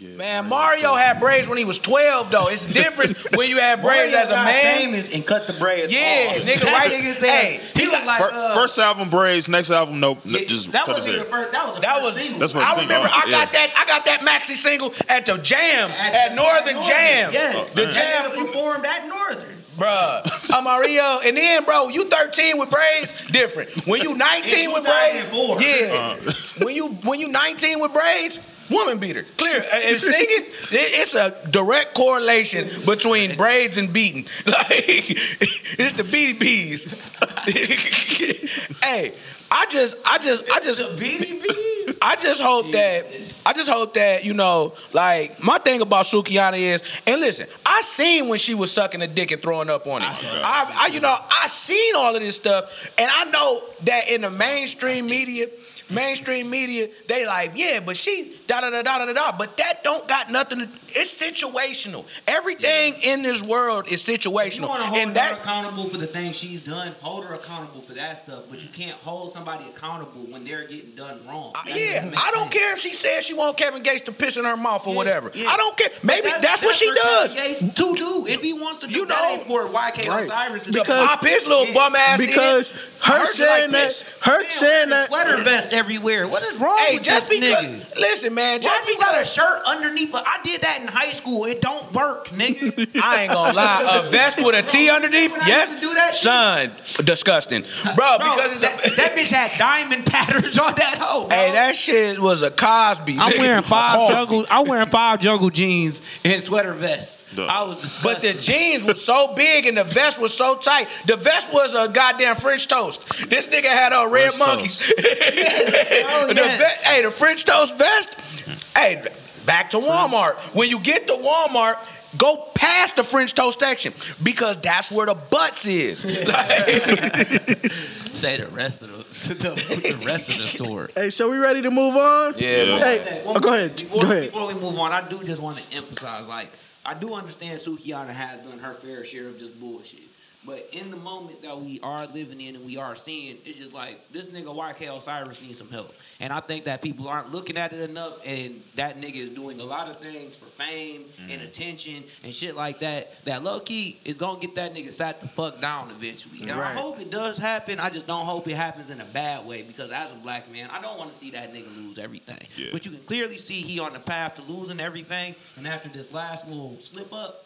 Speaker 5: Yeah,
Speaker 3: Man,
Speaker 5: braids.
Speaker 3: Mario had braids when he was 12, though. It's different
Speaker 10: [laughs]
Speaker 3: when you had braids as a
Speaker 10: Mario got
Speaker 3: man.
Speaker 10: famous and cut the braids.
Speaker 3: Yeah,
Speaker 10: off.
Speaker 3: nigga,
Speaker 10: That
Speaker 3: right-
Speaker 10: Nigga said,
Speaker 3: Hey,
Speaker 10: he was like,
Speaker 9: Fir-
Speaker 10: uh,
Speaker 9: first album braids, next album nope. n-
Speaker 10: yeah,
Speaker 9: just
Speaker 10: that
Speaker 9: cut his
Speaker 10: wasn't
Speaker 9: hair.
Speaker 10: the first. That was the
Speaker 3: That
Speaker 10: first
Speaker 3: was-
Speaker 10: single.
Speaker 9: That's what I'm
Speaker 3: I
Speaker 9: saying.
Speaker 3: remember
Speaker 9: Oh,
Speaker 3: I
Speaker 9: yeah.
Speaker 3: got that I got that maxi single at the jams at, Northern Jams.
Speaker 10: Yes, Uh-huh.
Speaker 3: The
Speaker 10: That
Speaker 3: jam,
Speaker 10: nigga performed at Northern.
Speaker 3: bruh. Amario, and then bro, you 13 with braids, different. When you 19 with braids,
Speaker 10: 2004.
Speaker 3: yeah. When you when you 19 with braids, woman beater. Clear. uh, And singing, it, it's a direct correlation between braids and beating. [laughs] Like it's the beady bees. [laughs] hey, I just, I just, I just. I just hope that I just hope that you know, like my thing about Sukiana is, and listen, I seen when she was sucking a dick and throwing up on it. I, I you know, I seen all of this stuff, and I know that in the mainstream media. Mainstream media, they like, yeah, but she da da da da da da. But that don't got nothing. To, it's situational. Everything in this world is
Speaker 10: You
Speaker 3: situational,
Speaker 10: want to hold
Speaker 3: and
Speaker 10: her
Speaker 3: that
Speaker 10: accountable for the things she's done. Hold her accountable for that stuff, but you can't hold somebody accountable when they're getting done wrong.
Speaker 3: I-
Speaker 10: That
Speaker 3: yeah,
Speaker 10: doesn't make
Speaker 3: I don't
Speaker 10: sense.
Speaker 3: care if she says she want Kevin Gates to piss in her mouth or
Speaker 10: Yeah,
Speaker 3: whatever.
Speaker 10: yeah.
Speaker 3: I don't care.
Speaker 10: But
Speaker 3: Maybe that's, what she
Speaker 10: for
Speaker 3: does.
Speaker 10: Kanye To do if he wants to do
Speaker 3: You
Speaker 10: that
Speaker 3: know.
Speaker 10: ain't for YK
Speaker 2: Right.
Speaker 10: Osiris is
Speaker 3: To
Speaker 2: Because-
Speaker 3: pop his little
Speaker 10: Yeah.
Speaker 3: bum ass.
Speaker 2: because
Speaker 3: in.
Speaker 2: her
Speaker 3: Hurt you
Speaker 2: saying
Speaker 3: like
Speaker 2: that,
Speaker 3: this.
Speaker 2: her
Speaker 10: Man,
Speaker 2: saying
Speaker 10: wearing a
Speaker 2: that,
Speaker 10: sweater vest everywhere. What is wrong
Speaker 3: Hey,
Speaker 10: with
Speaker 3: just
Speaker 10: this
Speaker 3: because.
Speaker 10: nigga?
Speaker 3: Listen, man.
Speaker 10: Why
Speaker 3: Just
Speaker 10: do you got a shirt underneath? a- I did that in high school. It don't
Speaker 3: [laughs]
Speaker 10: work, nigga.
Speaker 3: I ain't gonna lie. A vest with a
Speaker 10: [laughs]
Speaker 3: T underneath?
Speaker 10: When I
Speaker 3: Yes.
Speaker 10: used to do that shit-
Speaker 3: Son, disgusting. Bro,
Speaker 10: Bro,
Speaker 3: because it's
Speaker 10: that,
Speaker 3: a.
Speaker 10: that bitch had diamond [laughs] patterns on that hoe. bro.
Speaker 3: Hey, that shit was a Cosby.
Speaker 10: I'm
Speaker 3: nigga.
Speaker 10: wearing five
Speaker 3: Cosby.
Speaker 10: jungle. I'm wearing five jungle jeans and sweater vests. I was
Speaker 3: But the
Speaker 10: disgusted.
Speaker 3: jeans was so big and the vest was so tight. The vest was a goddamn French toast. This nigga had a red
Speaker 5: French
Speaker 3: monkeys. [laughs] The
Speaker 10: yeah.
Speaker 3: ve- hey, the French toast vest. Hey, back to Walmart. When you get to Walmart. Go past the French toast section because that's where the butts is.
Speaker 10: say the rest of the, [laughs] the, the rest of the store.
Speaker 2: Hey, so we ready to move on?
Speaker 3: [laughs] yeah.
Speaker 2: Hey, oh, go ahead.
Speaker 10: Before,
Speaker 2: Go ahead.
Speaker 10: Before we move on, I do just want to emphasize, like, I do understand Sukiana has done her fair share of just bullshit. But in the moment that we are living in and we are seeing, it's just like this nigga YK Osiris needs some help. And I think that people aren't looking at it enough and that nigga is doing a lot of things for fame and attention and shit like that. That low key is gonna get that nigga sat the fuck down eventually. And I
Speaker 2: Right.
Speaker 10: hope it does happen. I just don't hope it happens in a bad way because as a black man, I don't wanna see that nigga lose everything.
Speaker 9: Yeah.
Speaker 10: But you can clearly see he on the path to losing everything. And after this last little slip up,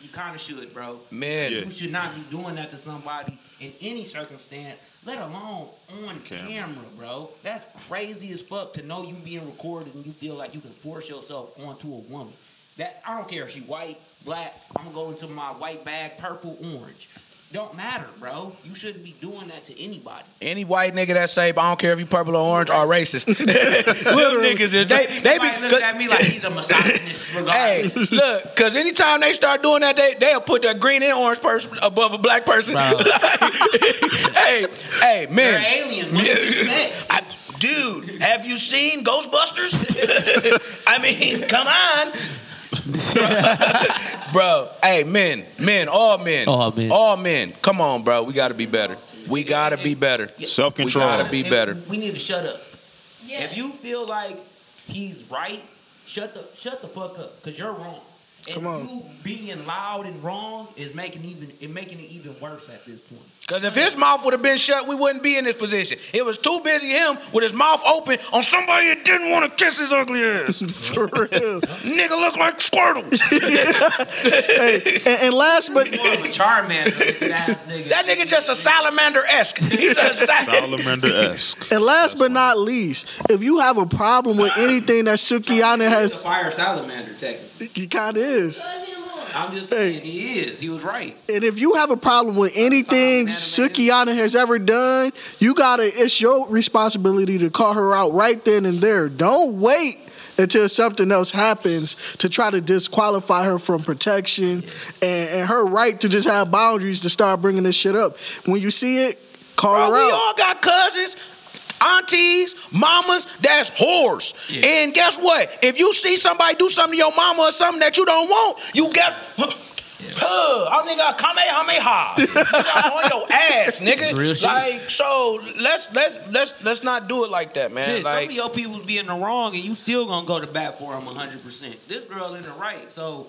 Speaker 10: you kind of should, bro.
Speaker 3: Man,
Speaker 9: Yeah.
Speaker 10: You should not be doing that to somebody in any circumstance, let alone on camera,
Speaker 9: Camera.
Speaker 10: bro. That's crazy as fuck to know you being recorded and you feel like you can force yourself onto a woman. That I don't care if she white, black. I'm gonna go into my white bag, purple, orange. Don't matter, bro. You shouldn't be doing that to anybody.
Speaker 3: any white nigga that say, I don't care if you purple or orange, are racist. [laughs] Little niggas is they, they
Speaker 10: Somebody
Speaker 3: be
Speaker 10: looking at me like he's a misogynist,
Speaker 3: [laughs] Hey,
Speaker 10: regardless. [laughs]
Speaker 3: look, because anytime they start doing that, they, they'll put that green and orange person above a black person.
Speaker 10: Bro.
Speaker 3: [laughs] hey, hey,
Speaker 10: They're
Speaker 3: man.
Speaker 10: aliens. What do you expect?
Speaker 3: I- dude, have you seen Ghostbusters? [laughs] I mean, come on. [laughs] bro, hey, men, men, all men,
Speaker 10: All men.
Speaker 3: all men. Come on, bro. We got to be better. We got to be better.
Speaker 9: Self
Speaker 3: We
Speaker 9: control.
Speaker 3: got to be better.
Speaker 10: We need to shut up.
Speaker 6: Yeah.
Speaker 10: If you feel like he's right, shut the shut the fuck up, cause you're wrong. And
Speaker 2: Come on.
Speaker 10: you being loud and wrong is making even it making it even worse at this point.
Speaker 3: Because if his mouth would have been shut, we wouldn't be in this position. It was too busy him with his mouth open on somebody that didn't want to kiss his ugly ass.
Speaker 2: For real.
Speaker 3: Nigga look like Squirtle.
Speaker 2: hey, and, and last but
Speaker 10: More of a Charmander ass nigga.
Speaker 3: That nigga just a salamander esque. He's a salamander.
Speaker 9: Salamander
Speaker 10: [laughs]
Speaker 9: esque.
Speaker 2: and last but not least, if you have a problem with anything that Sukiana
Speaker 10: He's a
Speaker 2: has,
Speaker 10: fire salamander technically.
Speaker 2: he kind of is.
Speaker 6: Cut him off.
Speaker 10: I'm just
Speaker 2: Hey.
Speaker 10: saying he is. He was right.
Speaker 2: And if you have a problem with anything Sukiana has ever done, you gotta. It's your responsibility to call her out right then and there. Don't wait until something else happens to try to disqualify her from protection and, and her right to just have boundaries to start bringing this shit up. When you see it, call
Speaker 3: Bro,
Speaker 2: her
Speaker 3: we
Speaker 2: out.
Speaker 3: all got cousins, aunties, mamas that's whores. And guess what? If you see somebody do something to your mama or something that you don't want, you get. Huh, I nigga
Speaker 10: [laughs]
Speaker 3: kamehameha. nigga, I'm on your ass, nigga.
Speaker 10: Real shit.
Speaker 3: Like so, let's let's let's let's not do it like that, man.
Speaker 10: Shit, some
Speaker 3: like
Speaker 10: of your people be in the wrong, and you still gonna go to bat for him 100. percent This girl in the right, so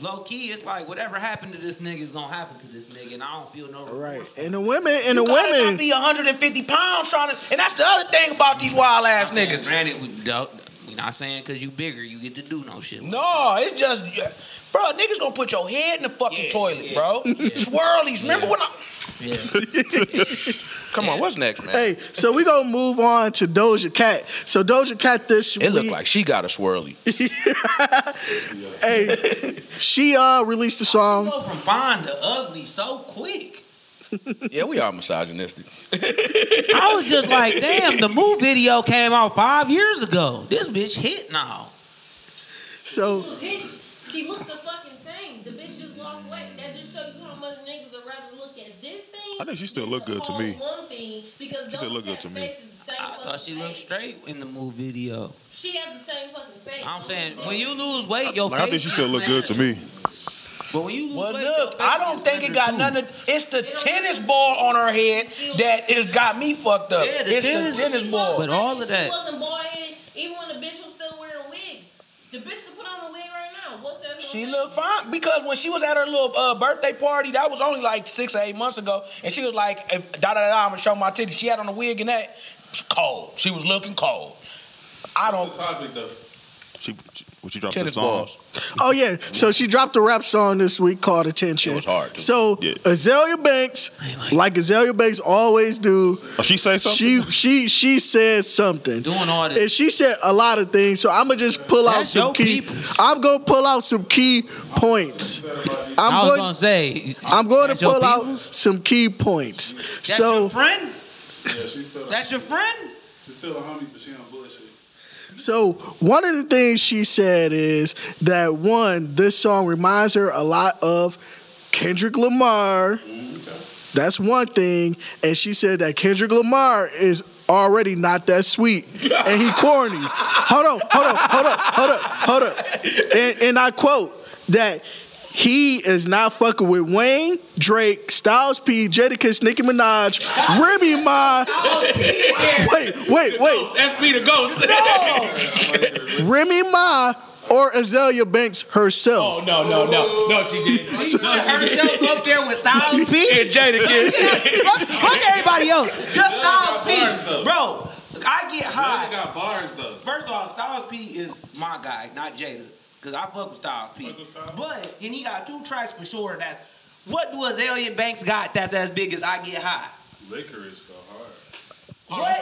Speaker 10: low key, it's like whatever happened to this nigga is gonna happen to this nigga, and I don't feel no
Speaker 2: Right.
Speaker 10: remorse.
Speaker 2: And the women, and the
Speaker 3: you gotta
Speaker 2: women.
Speaker 3: not be 150 pounds trying to. And that's the other thing about these wild ass niggas.
Speaker 10: Granted, we don't, we not saying because you bigger, you get to do no shit.
Speaker 3: No, it's just, bro. Niggas gonna put your head in the fucking
Speaker 10: Yeah,
Speaker 3: toilet,
Speaker 10: [laughs] yeah,
Speaker 3: bro. Swirlies. Remember when I?
Speaker 10: Yeah.
Speaker 3: Come on, what's next, man?
Speaker 2: Hey, so we gonna move on to Doja Cat. So Doja Cat, this
Speaker 3: It looked
Speaker 2: week-
Speaker 3: like she got a swirly.
Speaker 2: hey, [laughs] she uh released a song.
Speaker 10: go from fine to ugly so quick.
Speaker 3: yeah, we are misogynistic.
Speaker 10: I was just like, damn, the move video came out five years ago. This bitch hit now.
Speaker 2: So
Speaker 6: She was hidden. She looked the fucking same. The bitch just lost weight. That just show you how much niggas would rather look at this thing.
Speaker 9: I think she still
Speaker 6: than
Speaker 9: look good to me.
Speaker 6: call One thing because she
Speaker 9: still look good to me.
Speaker 10: I thought she looked straight in the move video.
Speaker 6: She has the same fucking face.
Speaker 10: I'm saying when you lose weight, your
Speaker 9: Like, I think
Speaker 10: face
Speaker 9: she still
Speaker 10: is
Speaker 9: look good to me.
Speaker 10: But when you lose
Speaker 3: Well,
Speaker 10: weight,
Speaker 3: look,
Speaker 10: your face
Speaker 3: I don't
Speaker 10: is
Speaker 3: think it got
Speaker 10: too.
Speaker 3: nothing. to- It's the tennis ball on her head that has got me fucked up.
Speaker 10: Yeah, the
Speaker 3: it's
Speaker 10: tennis-
Speaker 3: the tennis ball.
Speaker 10: But all of that-
Speaker 6: She wasn't bald headed, even when the bitch was still wearing wigs. The bitch could put on a wig right now. What's that?
Speaker 3: She looked fine because when she was at her little uh, birthday party, that was only like six or eight months ago, and she was like, if, "Da da da, da, I'm gonna show my titties." She had on a wig and that. was cold. She was looking cold. I don't.
Speaker 5: Topic though.
Speaker 9: She, she, when she dropped her
Speaker 3: Tennis
Speaker 9: song.
Speaker 3: balls.
Speaker 2: Oh yeah, so she dropped a rap song this week called "Attention."
Speaker 3: It was hard, too.
Speaker 2: So
Speaker 9: Yeah.
Speaker 2: Azalea Banks, like Azalea Banks always do,
Speaker 9: Oh, she say something.
Speaker 2: she she she said something.
Speaker 10: Doing all
Speaker 2: And
Speaker 10: this.
Speaker 2: she said a lot of things, so I'm gonna just pull out
Speaker 10: That's
Speaker 2: some
Speaker 10: your
Speaker 2: key.
Speaker 10: people.
Speaker 2: I'm gonna pull out some key points.
Speaker 10: i
Speaker 2: I'm
Speaker 10: was
Speaker 2: going.
Speaker 10: gonna say.
Speaker 2: I'm going to
Speaker 10: that's your
Speaker 2: pull out
Speaker 10: peoples?
Speaker 2: some key points.
Speaker 10: That's your
Speaker 2: so
Speaker 10: friend.
Speaker 5: Yeah, she's still,
Speaker 10: That's your [laughs] friend.
Speaker 5: she's still a homie, but she don't bullshit.
Speaker 2: So one of the things she said is that one, this song reminds her a lot of Kendrick Lamar. That's one thing. And she said that Kendrick Lamar is already not that sweet. And he corny. hold on, hold on, hold up, hold up, hold up. And and I quote that he is not fucking with Wayne, Drake, Styles P, Jadakiss, Nicki Minaj, Remy Ma. Wait, wait, wait.
Speaker 3: That's Peter [laughs] Ghost.
Speaker 2: Remy Ma or Azalea Banks herself.
Speaker 3: Oh no no no no! She did. [laughs]
Speaker 10: Herself up there with Styles P.
Speaker 3: And Jada kid.
Speaker 10: fuck, fuck everybody else. Just Styles P, bro. I
Speaker 5: She
Speaker 10: get high.
Speaker 5: got bars though.
Speaker 10: First off, Styles P is my guy, not Jada, because I fuck with Styles P.
Speaker 5: Fuck with Styles.
Speaker 10: But and he got two tracks for sure. That's what do Azalea Banks got? That's as big as I get high.
Speaker 5: Licorice go hard.
Speaker 10: What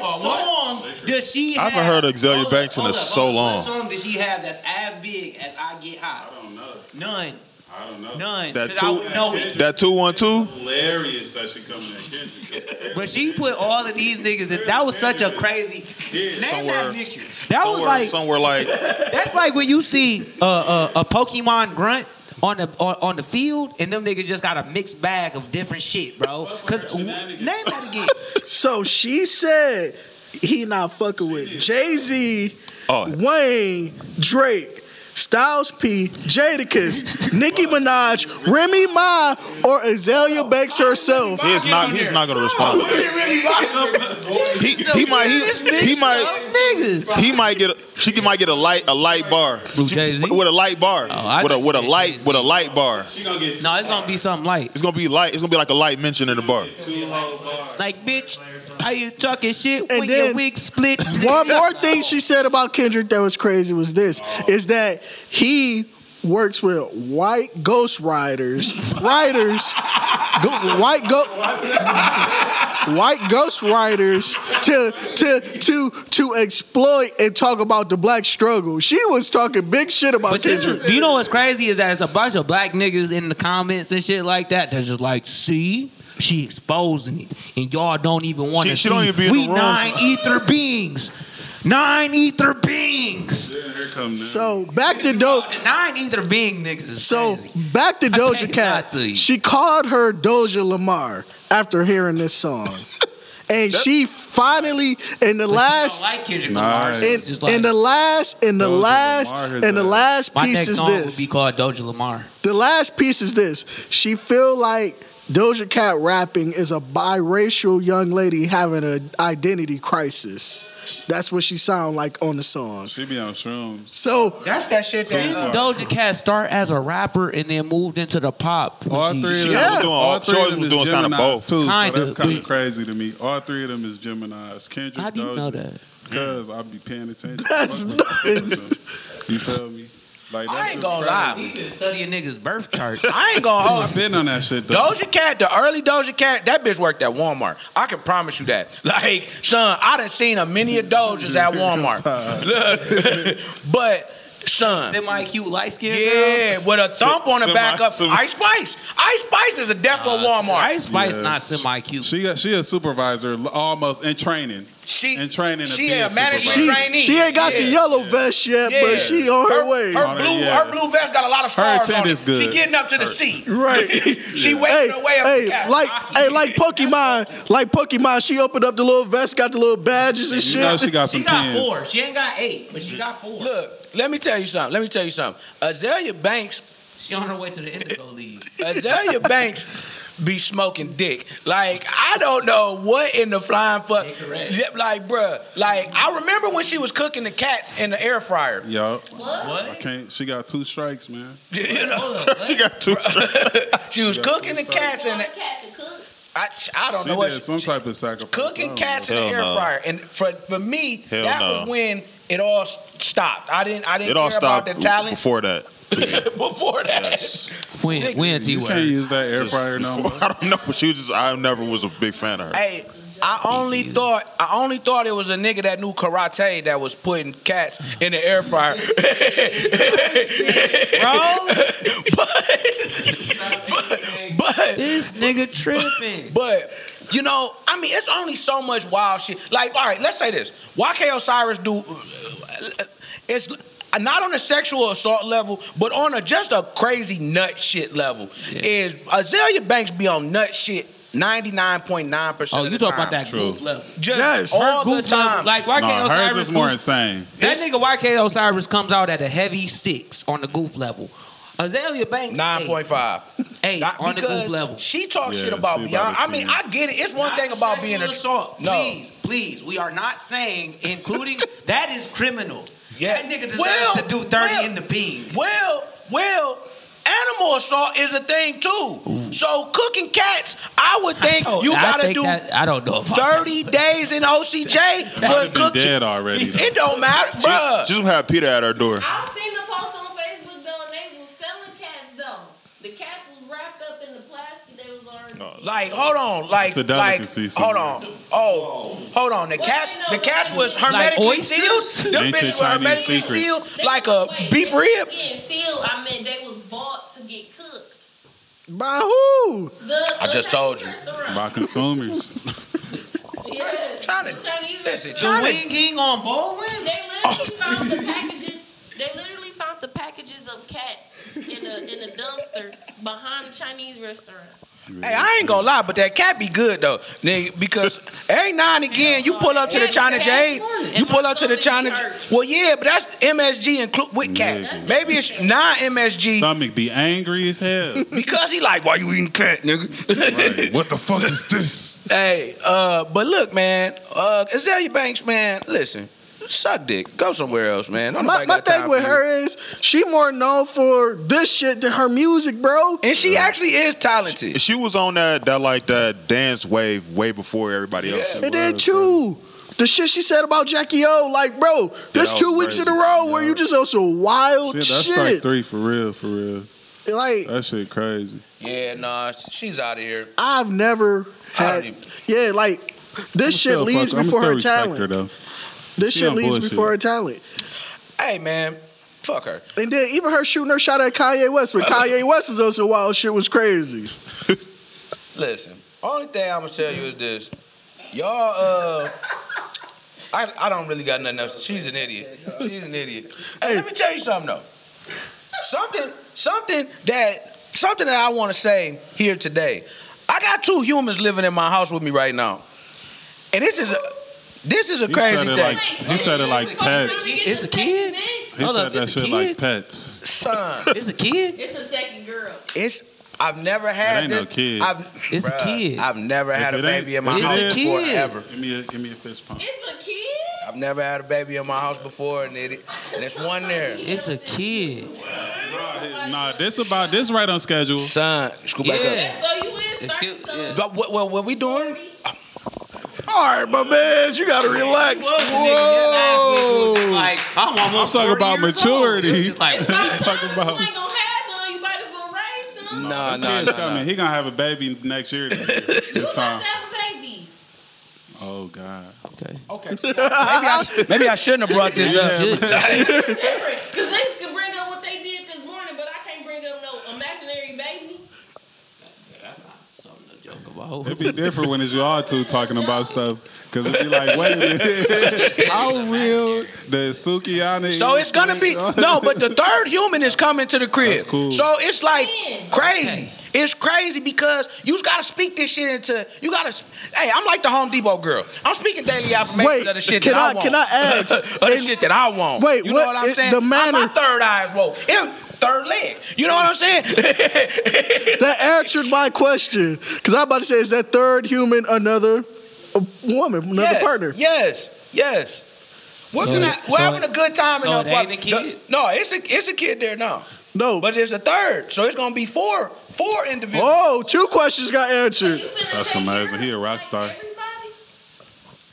Speaker 10: song does she?
Speaker 9: I
Speaker 10: Have?
Speaker 9: haven't heard Azalea
Speaker 10: Hold up,
Speaker 9: Banks in
Speaker 10: hold
Speaker 9: a-
Speaker 10: up,
Speaker 9: so
Speaker 10: hold up.
Speaker 9: long.
Speaker 10: What song does she have that's as big as I get high?
Speaker 5: I don't know.
Speaker 10: None,
Speaker 5: I don't know.
Speaker 10: none.
Speaker 9: That
Speaker 10: 'cause I
Speaker 9: two-
Speaker 10: would know it.
Speaker 9: That two one two.
Speaker 5: Hilarious that she coming at Kendrick.
Speaker 10: But she put all of these niggas in. That was such a crazy. Name
Speaker 9: somewhere-
Speaker 10: that mixture. That was
Speaker 9: Somewhere,
Speaker 10: like
Speaker 9: somewhere like
Speaker 10: that's like when you see uh, uh, a Pokemon grunt on the on, on the field, and them niggas just got a mixed bag of different shit, bro. Cause w- name that again.
Speaker 2: So she said he not fucking with Jay Z,
Speaker 9: oh
Speaker 2: Wayne, Drake, Styles P, Jadakiss, Nicki Minaj, Remy Ma, or Azalea Banks herself.
Speaker 9: he is not he's not gonna respond. he he might he, he might
Speaker 10: niggas.
Speaker 9: he might get a, she could- might get a light a light
Speaker 10: [laughs]
Speaker 9: bar
Speaker 10: Who,
Speaker 9: She-
Speaker 10: Jay-Z?
Speaker 9: with a light bar
Speaker 10: Oh, I
Speaker 9: with a
Speaker 10: think
Speaker 9: with a
Speaker 10: Jay-Z.
Speaker 9: light with a light bar.
Speaker 5: She gonna get
Speaker 10: No, it's gonna be something like
Speaker 9: It's gonna be light. It's gonna be like a light mentioned in the bar.
Speaker 5: two whole bars.
Speaker 10: like bitch. How you talking shit
Speaker 2: And
Speaker 10: when
Speaker 2: then-
Speaker 10: your wig split?
Speaker 2: [laughs] One more thing she said about Kendrick that was crazy was this is that he works with white ghost riders, writers, go, white go, white ghost writers to to to to exploit and talk about the black struggle. She was talking big shit about
Speaker 10: [laughs] But this
Speaker 2: Kendrick.
Speaker 10: is, do you know what's crazy is that it's a bunch of black niggas in the comments and shit like that. That's just like, see, she exposing it, and y'all don't even want to.
Speaker 9: She- she don't even be in
Speaker 10: we
Speaker 9: the room.
Speaker 10: nine ether beings, nine ether beings,
Speaker 5: Then here come them.
Speaker 2: so back to dope.
Speaker 10: nine ether being niggas. Is
Speaker 2: So
Speaker 10: crazy.
Speaker 2: back to Doja
Speaker 10: can't
Speaker 2: Cat.
Speaker 10: lie to you.
Speaker 2: She called her Doja Lamar after hearing this
Speaker 10: [laughs]
Speaker 2: song. and she finally in the
Speaker 10: I
Speaker 2: last
Speaker 10: like Kendrick Lamar.
Speaker 5: Nice.
Speaker 10: so
Speaker 2: in,
Speaker 10: it's just like,
Speaker 2: in the last in the
Speaker 5: Doja
Speaker 2: last
Speaker 5: Lamar has
Speaker 2: in the
Speaker 5: a-
Speaker 2: last
Speaker 10: my
Speaker 2: piece
Speaker 10: next
Speaker 2: is
Speaker 10: song
Speaker 2: this.
Speaker 10: would be called Doja Lamar.
Speaker 2: the last piece is this. She feel like Doja Cat rapping is a biracial young lady having an identity crisis. That's what she sound like on the song.
Speaker 5: She be on shrooms.
Speaker 2: So
Speaker 11: That's that shit that.
Speaker 5: Two
Speaker 11: Uh,
Speaker 10: Doja Cat start as a rapper and then moved into the pop. when
Speaker 5: All
Speaker 10: she-
Speaker 5: three of
Speaker 2: she
Speaker 5: them,
Speaker 2: was
Speaker 9: doing all-
Speaker 5: all three
Speaker 9: Shorty
Speaker 5: of them
Speaker 9: was
Speaker 5: is
Speaker 9: doing kinda
Speaker 5: Gemini's
Speaker 9: both.
Speaker 5: too,
Speaker 10: Kinda,
Speaker 5: so that's kind
Speaker 10: but-
Speaker 5: of crazy to me. All three of them is Gemini's. Kendrick,
Speaker 10: How do you
Speaker 5: Doja,
Speaker 10: know that?
Speaker 5: Because I be paying [laughs] attention.
Speaker 2: That's
Speaker 5: Fuck
Speaker 2: nuts.
Speaker 5: with them. You feel me? Like that's
Speaker 11: I ain't
Speaker 5: just
Speaker 11: gonna
Speaker 5: crazy.
Speaker 11: lie.
Speaker 10: Study a nigga's
Speaker 3: [laughs]
Speaker 10: birth chart.
Speaker 11: I ain't gonna hold
Speaker 5: I've been on that shit though.
Speaker 3: Doja Cat, the early Doja Cat, that bitch worked at Walmart. I can promise you that. [laughs] Like, son, I done seen a many of Dojas
Speaker 5: [laughs]
Speaker 3: at Walmart. Look, [laughs] but son,
Speaker 10: Semi cute light skin.
Speaker 3: yeah, with a thump on the
Speaker 9: Semi-
Speaker 3: back of
Speaker 9: semi-
Speaker 3: Ice Spice. Ice Spice is a death of Walmart.
Speaker 10: Ice Spice
Speaker 5: Yeah.
Speaker 10: not semi cute.
Speaker 5: She got she a supervisor l- almost in training.
Speaker 3: She
Speaker 5: And training to
Speaker 3: She
Speaker 5: be a
Speaker 3: a management
Speaker 5: supervisor.
Speaker 2: she,
Speaker 3: trainee.
Speaker 2: she ain't got the
Speaker 3: Yeah.
Speaker 2: yellow vest yet,
Speaker 3: Yeah.
Speaker 2: but she on her, way.
Speaker 3: Her blue,
Speaker 5: Yeah.
Speaker 3: her blue vest got a lot of scars on
Speaker 5: attendance
Speaker 3: it.
Speaker 5: good.
Speaker 3: She getting up to the seat.
Speaker 5: [laughs]
Speaker 2: Right.
Speaker 3: [laughs] She wasting her way up
Speaker 2: hey,
Speaker 3: the couch.
Speaker 2: like, hey, like Pokemon, like Pokemon. She opened up the little vest, got the little badges and
Speaker 5: You
Speaker 2: shit.
Speaker 5: know she got some
Speaker 10: She got
Speaker 5: pins.
Speaker 10: four. She ain't got eight, but she got four.
Speaker 3: Look, let me tell you something. Let me tell you something. Azalea Banks
Speaker 10: She on her way to the
Speaker 3: [laughs]
Speaker 10: Indigo League.
Speaker 3: Azalea Banks be smoking dick. Like I don't know what in the flying fuck.
Speaker 10: They correct.
Speaker 3: Yep, like bruh. Like I remember when she was cooking the cats in the air fryer. [laughs]
Speaker 5: Yo, I
Speaker 10: What?
Speaker 5: can't. She got two strikes, man.
Speaker 3: You know,
Speaker 9: she got two.
Speaker 3: [laughs] she was cooking the cats in the.
Speaker 6: cat to cook.
Speaker 3: I, I don't
Speaker 5: She
Speaker 3: know what
Speaker 5: did some type of sacrifice. I
Speaker 3: cooking
Speaker 5: don't
Speaker 3: cats in
Speaker 9: Hell
Speaker 3: the air
Speaker 9: no.
Speaker 3: fryer, and for for me,
Speaker 9: Hell
Speaker 3: that
Speaker 9: no.
Speaker 3: was when it all s- stopped. I didn't I didn't
Speaker 9: It
Speaker 3: care
Speaker 9: all stopped
Speaker 3: about the talent
Speaker 9: before that.
Speaker 3: [laughs] before that.
Speaker 10: When, when T
Speaker 5: You can't
Speaker 10: word.
Speaker 5: use that air
Speaker 9: Just
Speaker 5: fryer no more.
Speaker 9: before- [laughs] I don't know, but she was just I never was a big fan of her.
Speaker 3: Hey, I only thought I only thought it was a nigga that knew karate that was putting cats in the air fryer. [laughs]
Speaker 10: Bro,
Speaker 3: but
Speaker 10: this nigga tripping.
Speaker 3: but you know, I mean, it's only so much wild shit. Like, all right, let's say this: YK Osiris do uh, it's. Not on a sexual assault level, but on a just a crazy nut shit level. Is Azalea Banks be on nut shit ninety nine point nine percent?
Speaker 10: Oh, you talk about that goof level.
Speaker 3: Just
Speaker 2: Yes.
Speaker 3: all
Speaker 10: Goof
Speaker 3: the
Speaker 10: level.
Speaker 3: time.
Speaker 10: Like YK
Speaker 5: No,
Speaker 10: Osiris.
Speaker 5: hers is more
Speaker 10: goof-
Speaker 5: insane.
Speaker 10: that nigga YK Osiris comes out at a heavy six on the goof level. Azalea Banks
Speaker 3: Nine
Speaker 10: eight.
Speaker 3: point five.
Speaker 10: Eight
Speaker 3: Not
Speaker 10: on the
Speaker 3: because
Speaker 10: goof level.
Speaker 3: She talks
Speaker 5: Yeah,
Speaker 3: shit about
Speaker 5: she
Speaker 3: Beyonce.
Speaker 5: about
Speaker 3: I
Speaker 5: to
Speaker 3: mean,
Speaker 5: see.
Speaker 3: I get it. It's one thing about being a
Speaker 10: sexual assault.
Speaker 3: No.
Speaker 10: Please, please, we are not saying
Speaker 3: [laughs]
Speaker 10: including that is criminal.
Speaker 3: Yeah.
Speaker 10: That nigga deserves
Speaker 3: Well,
Speaker 10: to do thirty
Speaker 3: well,
Speaker 10: in the bean.
Speaker 3: Well, well, animal assault is a thing too. So cooking cats, I would think you gotta do
Speaker 10: Oh, I don't know if
Speaker 3: thirty days in OCJ
Speaker 5: I've
Speaker 3: for
Speaker 5: been
Speaker 3: cooking.
Speaker 5: dead already. though.
Speaker 3: It don't matter,
Speaker 9: She-
Speaker 3: bruh.
Speaker 9: She just had Peter at her door.
Speaker 6: I've seen the post on Facebook though, and they was selling cats though. The cats was wrapped up in the plastic they was already.
Speaker 9: No.
Speaker 3: Like, hold on, like,
Speaker 5: It's a
Speaker 3: like,
Speaker 5: delicacy
Speaker 3: hold
Speaker 5: somewhere.
Speaker 3: on. Oh, hold on. The
Speaker 6: Well,
Speaker 3: cats,
Speaker 6: you know,
Speaker 3: the cats was
Speaker 10: Like
Speaker 3: hermetically
Speaker 10: oysters?
Speaker 3: sealed. Them
Speaker 5: Ancient
Speaker 3: bitches were
Speaker 5: Chinese
Speaker 3: hermetically
Speaker 5: secrets.
Speaker 3: sealed,
Speaker 6: They
Speaker 3: like a
Speaker 6: was- wait,
Speaker 3: beef
Speaker 6: they
Speaker 3: rib.
Speaker 6: was Getting sealed. I mean, they was bought to get cooked.
Speaker 2: [laughs] By who?
Speaker 6: The, the
Speaker 3: I just
Speaker 6: Chinese
Speaker 3: told you.
Speaker 6: restaurant.
Speaker 5: By consumers.
Speaker 6: Yes,
Speaker 3: China-
Speaker 6: the Chinese
Speaker 3: Listen,
Speaker 6: restaurant.
Speaker 3: China-
Speaker 10: Swinging on bowling.
Speaker 6: They literally found the packages. They literally found the packages of cats in a in a dumpster behind the Chinese restaurant.
Speaker 3: Hey, I ain't gonna lie, but that cat be good though, nigga. Because [laughs] every now and again, you pull up to the China Jade, you pull up to the China. J- Well, yeah, but that's MSG include with cat.
Speaker 5: Nigga.
Speaker 3: Maybe it's non MSG
Speaker 5: Stomach be angry as hell.
Speaker 3: because he like, why you eating cat, nigga?
Speaker 5: Right. What the fuck is this?
Speaker 3: hey, uh, but look, man, uh, Azalea Banks, man, listen, suck dick, go somewhere else, man. Don't
Speaker 2: My,
Speaker 3: nobody
Speaker 2: my
Speaker 3: got time
Speaker 2: thing with
Speaker 3: for you.
Speaker 2: her is she more known for this shit than her music, bro.
Speaker 3: and she actually is talented.
Speaker 9: She was on that that like that dance wave way before everybody else.
Speaker 2: And then too, the shit she said about Jackie O, like, bro, this
Speaker 9: was
Speaker 2: two weeks in
Speaker 9: crazy.
Speaker 2: a row where you just on some wild
Speaker 5: Shit,
Speaker 2: shit.
Speaker 5: that's strike three for real, for real.
Speaker 2: Like,
Speaker 5: That shit crazy.
Speaker 3: Yeah, nah, she's out of here.
Speaker 2: I've never
Speaker 3: I
Speaker 2: had,
Speaker 3: don't even-
Speaker 2: yeah, like. This shit leaves
Speaker 5: I'm
Speaker 2: before her
Speaker 5: still
Speaker 2: talent.
Speaker 5: respect Her, though.
Speaker 2: this
Speaker 5: She
Speaker 2: shit
Speaker 5: on
Speaker 2: leaves
Speaker 5: bullshit.
Speaker 2: before her talent.
Speaker 3: Hey, man, fuck her.
Speaker 2: And then even her shooting her shot at Kanye West, but Kanye West was also wild. Shit was crazy.
Speaker 3: Listen, only thing I'm gonna tell you is this, y'all. Uh, I I don't really got nothing else. She's an idiot. She's an idiot. Hey, let me tell you something though. Something something that something that I want to say here today. I got two humans living in my house with me right now, and this is a this is a
Speaker 5: He
Speaker 3: crazy
Speaker 5: said it
Speaker 3: thing.
Speaker 5: like- he said it like pets.
Speaker 6: It's
Speaker 10: a kid?
Speaker 5: He
Speaker 10: Hold
Speaker 5: said
Speaker 10: up,
Speaker 5: that
Speaker 10: it's a
Speaker 5: shit
Speaker 10: kid?
Speaker 5: like pets.
Speaker 3: Son,
Speaker 10: It's a kid.
Speaker 6: It's a second girl.
Speaker 3: it's. I've never had
Speaker 5: ain't no
Speaker 3: this.
Speaker 5: kid.
Speaker 3: I've,
Speaker 10: It's a
Speaker 3: bruh,
Speaker 10: kid.
Speaker 3: I've never had
Speaker 5: If
Speaker 3: a
Speaker 5: it ain't-
Speaker 3: baby in my
Speaker 5: if it
Speaker 3: house
Speaker 5: is-
Speaker 3: before
Speaker 10: Kid.
Speaker 3: ever.
Speaker 5: Give me a give me a fist pump.
Speaker 6: It's a kid.
Speaker 3: I've never had a baby in my house before, and it and it's one there.
Speaker 10: It's a kid.
Speaker 5: Nah, this about this right on schedule.
Speaker 3: Son, scoop back
Speaker 10: Yeah.
Speaker 6: So you is
Speaker 10: Excuse-
Speaker 6: starting
Speaker 10: yeah.
Speaker 3: up. But what, what, what we doing?
Speaker 2: All right, my man, you gotta relax.
Speaker 10: Like I'm almost.
Speaker 5: I'm talking
Speaker 10: 40
Speaker 5: about
Speaker 10: years
Speaker 5: maturity.
Speaker 10: old. It was just
Speaker 6: It's
Speaker 10: [laughs]
Speaker 6: about
Speaker 5: [laughs]
Speaker 10: like,
Speaker 5: Talking
Speaker 6: time. If
Speaker 5: about-
Speaker 6: you ain't gonna have none. You might as well raise some.
Speaker 3: Nah, nah,
Speaker 5: Kid's
Speaker 3: nah,
Speaker 5: coming.
Speaker 3: nah.
Speaker 5: He gonna have a baby next year.
Speaker 6: You
Speaker 5: this
Speaker 6: about [laughs]
Speaker 5: time.
Speaker 6: to have a
Speaker 5: [laughs]
Speaker 6: baby.
Speaker 5: Oh God.
Speaker 3: Okay. Maybe I, sh- maybe I shouldn't have brought this up.
Speaker 6: That's different. Cause niggas can bring up what they did this morning, but I can't bring up no imaginary baby.
Speaker 10: Something to joke about.
Speaker 5: It'd be different when it's y'all two talking about stuff. Cause it'd be like, wait a minute. [laughs] How real the Sukiana
Speaker 3: So it's gonna be no, but the third human is coming to the crib.
Speaker 5: That's cool.
Speaker 3: So it's like
Speaker 6: Man.
Speaker 3: crazy. It's crazy because you gotta speak this shit into you gotta. s- Hey, I'm like the Home Depot girl. I'm speaking daily affirmations
Speaker 2: Wait,
Speaker 3: of the shit
Speaker 2: can
Speaker 3: that I,
Speaker 2: I-
Speaker 3: want.
Speaker 2: can I ask-
Speaker 3: [laughs] of the shit that I want?
Speaker 2: Wait,
Speaker 3: you
Speaker 2: what
Speaker 3: know what I'm
Speaker 2: is
Speaker 3: saying?
Speaker 2: the
Speaker 3: My
Speaker 2: manner-
Speaker 3: third eye's woke. Him third leg. You know what I'm saying?
Speaker 2: [laughs] That answered my question. Cause I'm about to say, is that third human another uh, woman, another
Speaker 3: yes,
Speaker 2: partner?
Speaker 3: Yes, yes. We're,
Speaker 10: So-
Speaker 3: gonna, we're
Speaker 10: so-
Speaker 3: having a good time in
Speaker 10: so
Speaker 3: our
Speaker 10: it ain't
Speaker 3: apartment.
Speaker 10: a kid?
Speaker 3: No, it's a it's a kid there now.
Speaker 2: No.
Speaker 3: But there's a third, so it's gonna be four, four individuals.
Speaker 2: Whoa, Oh, two questions got answered.
Speaker 5: That's amazing. He a rock star.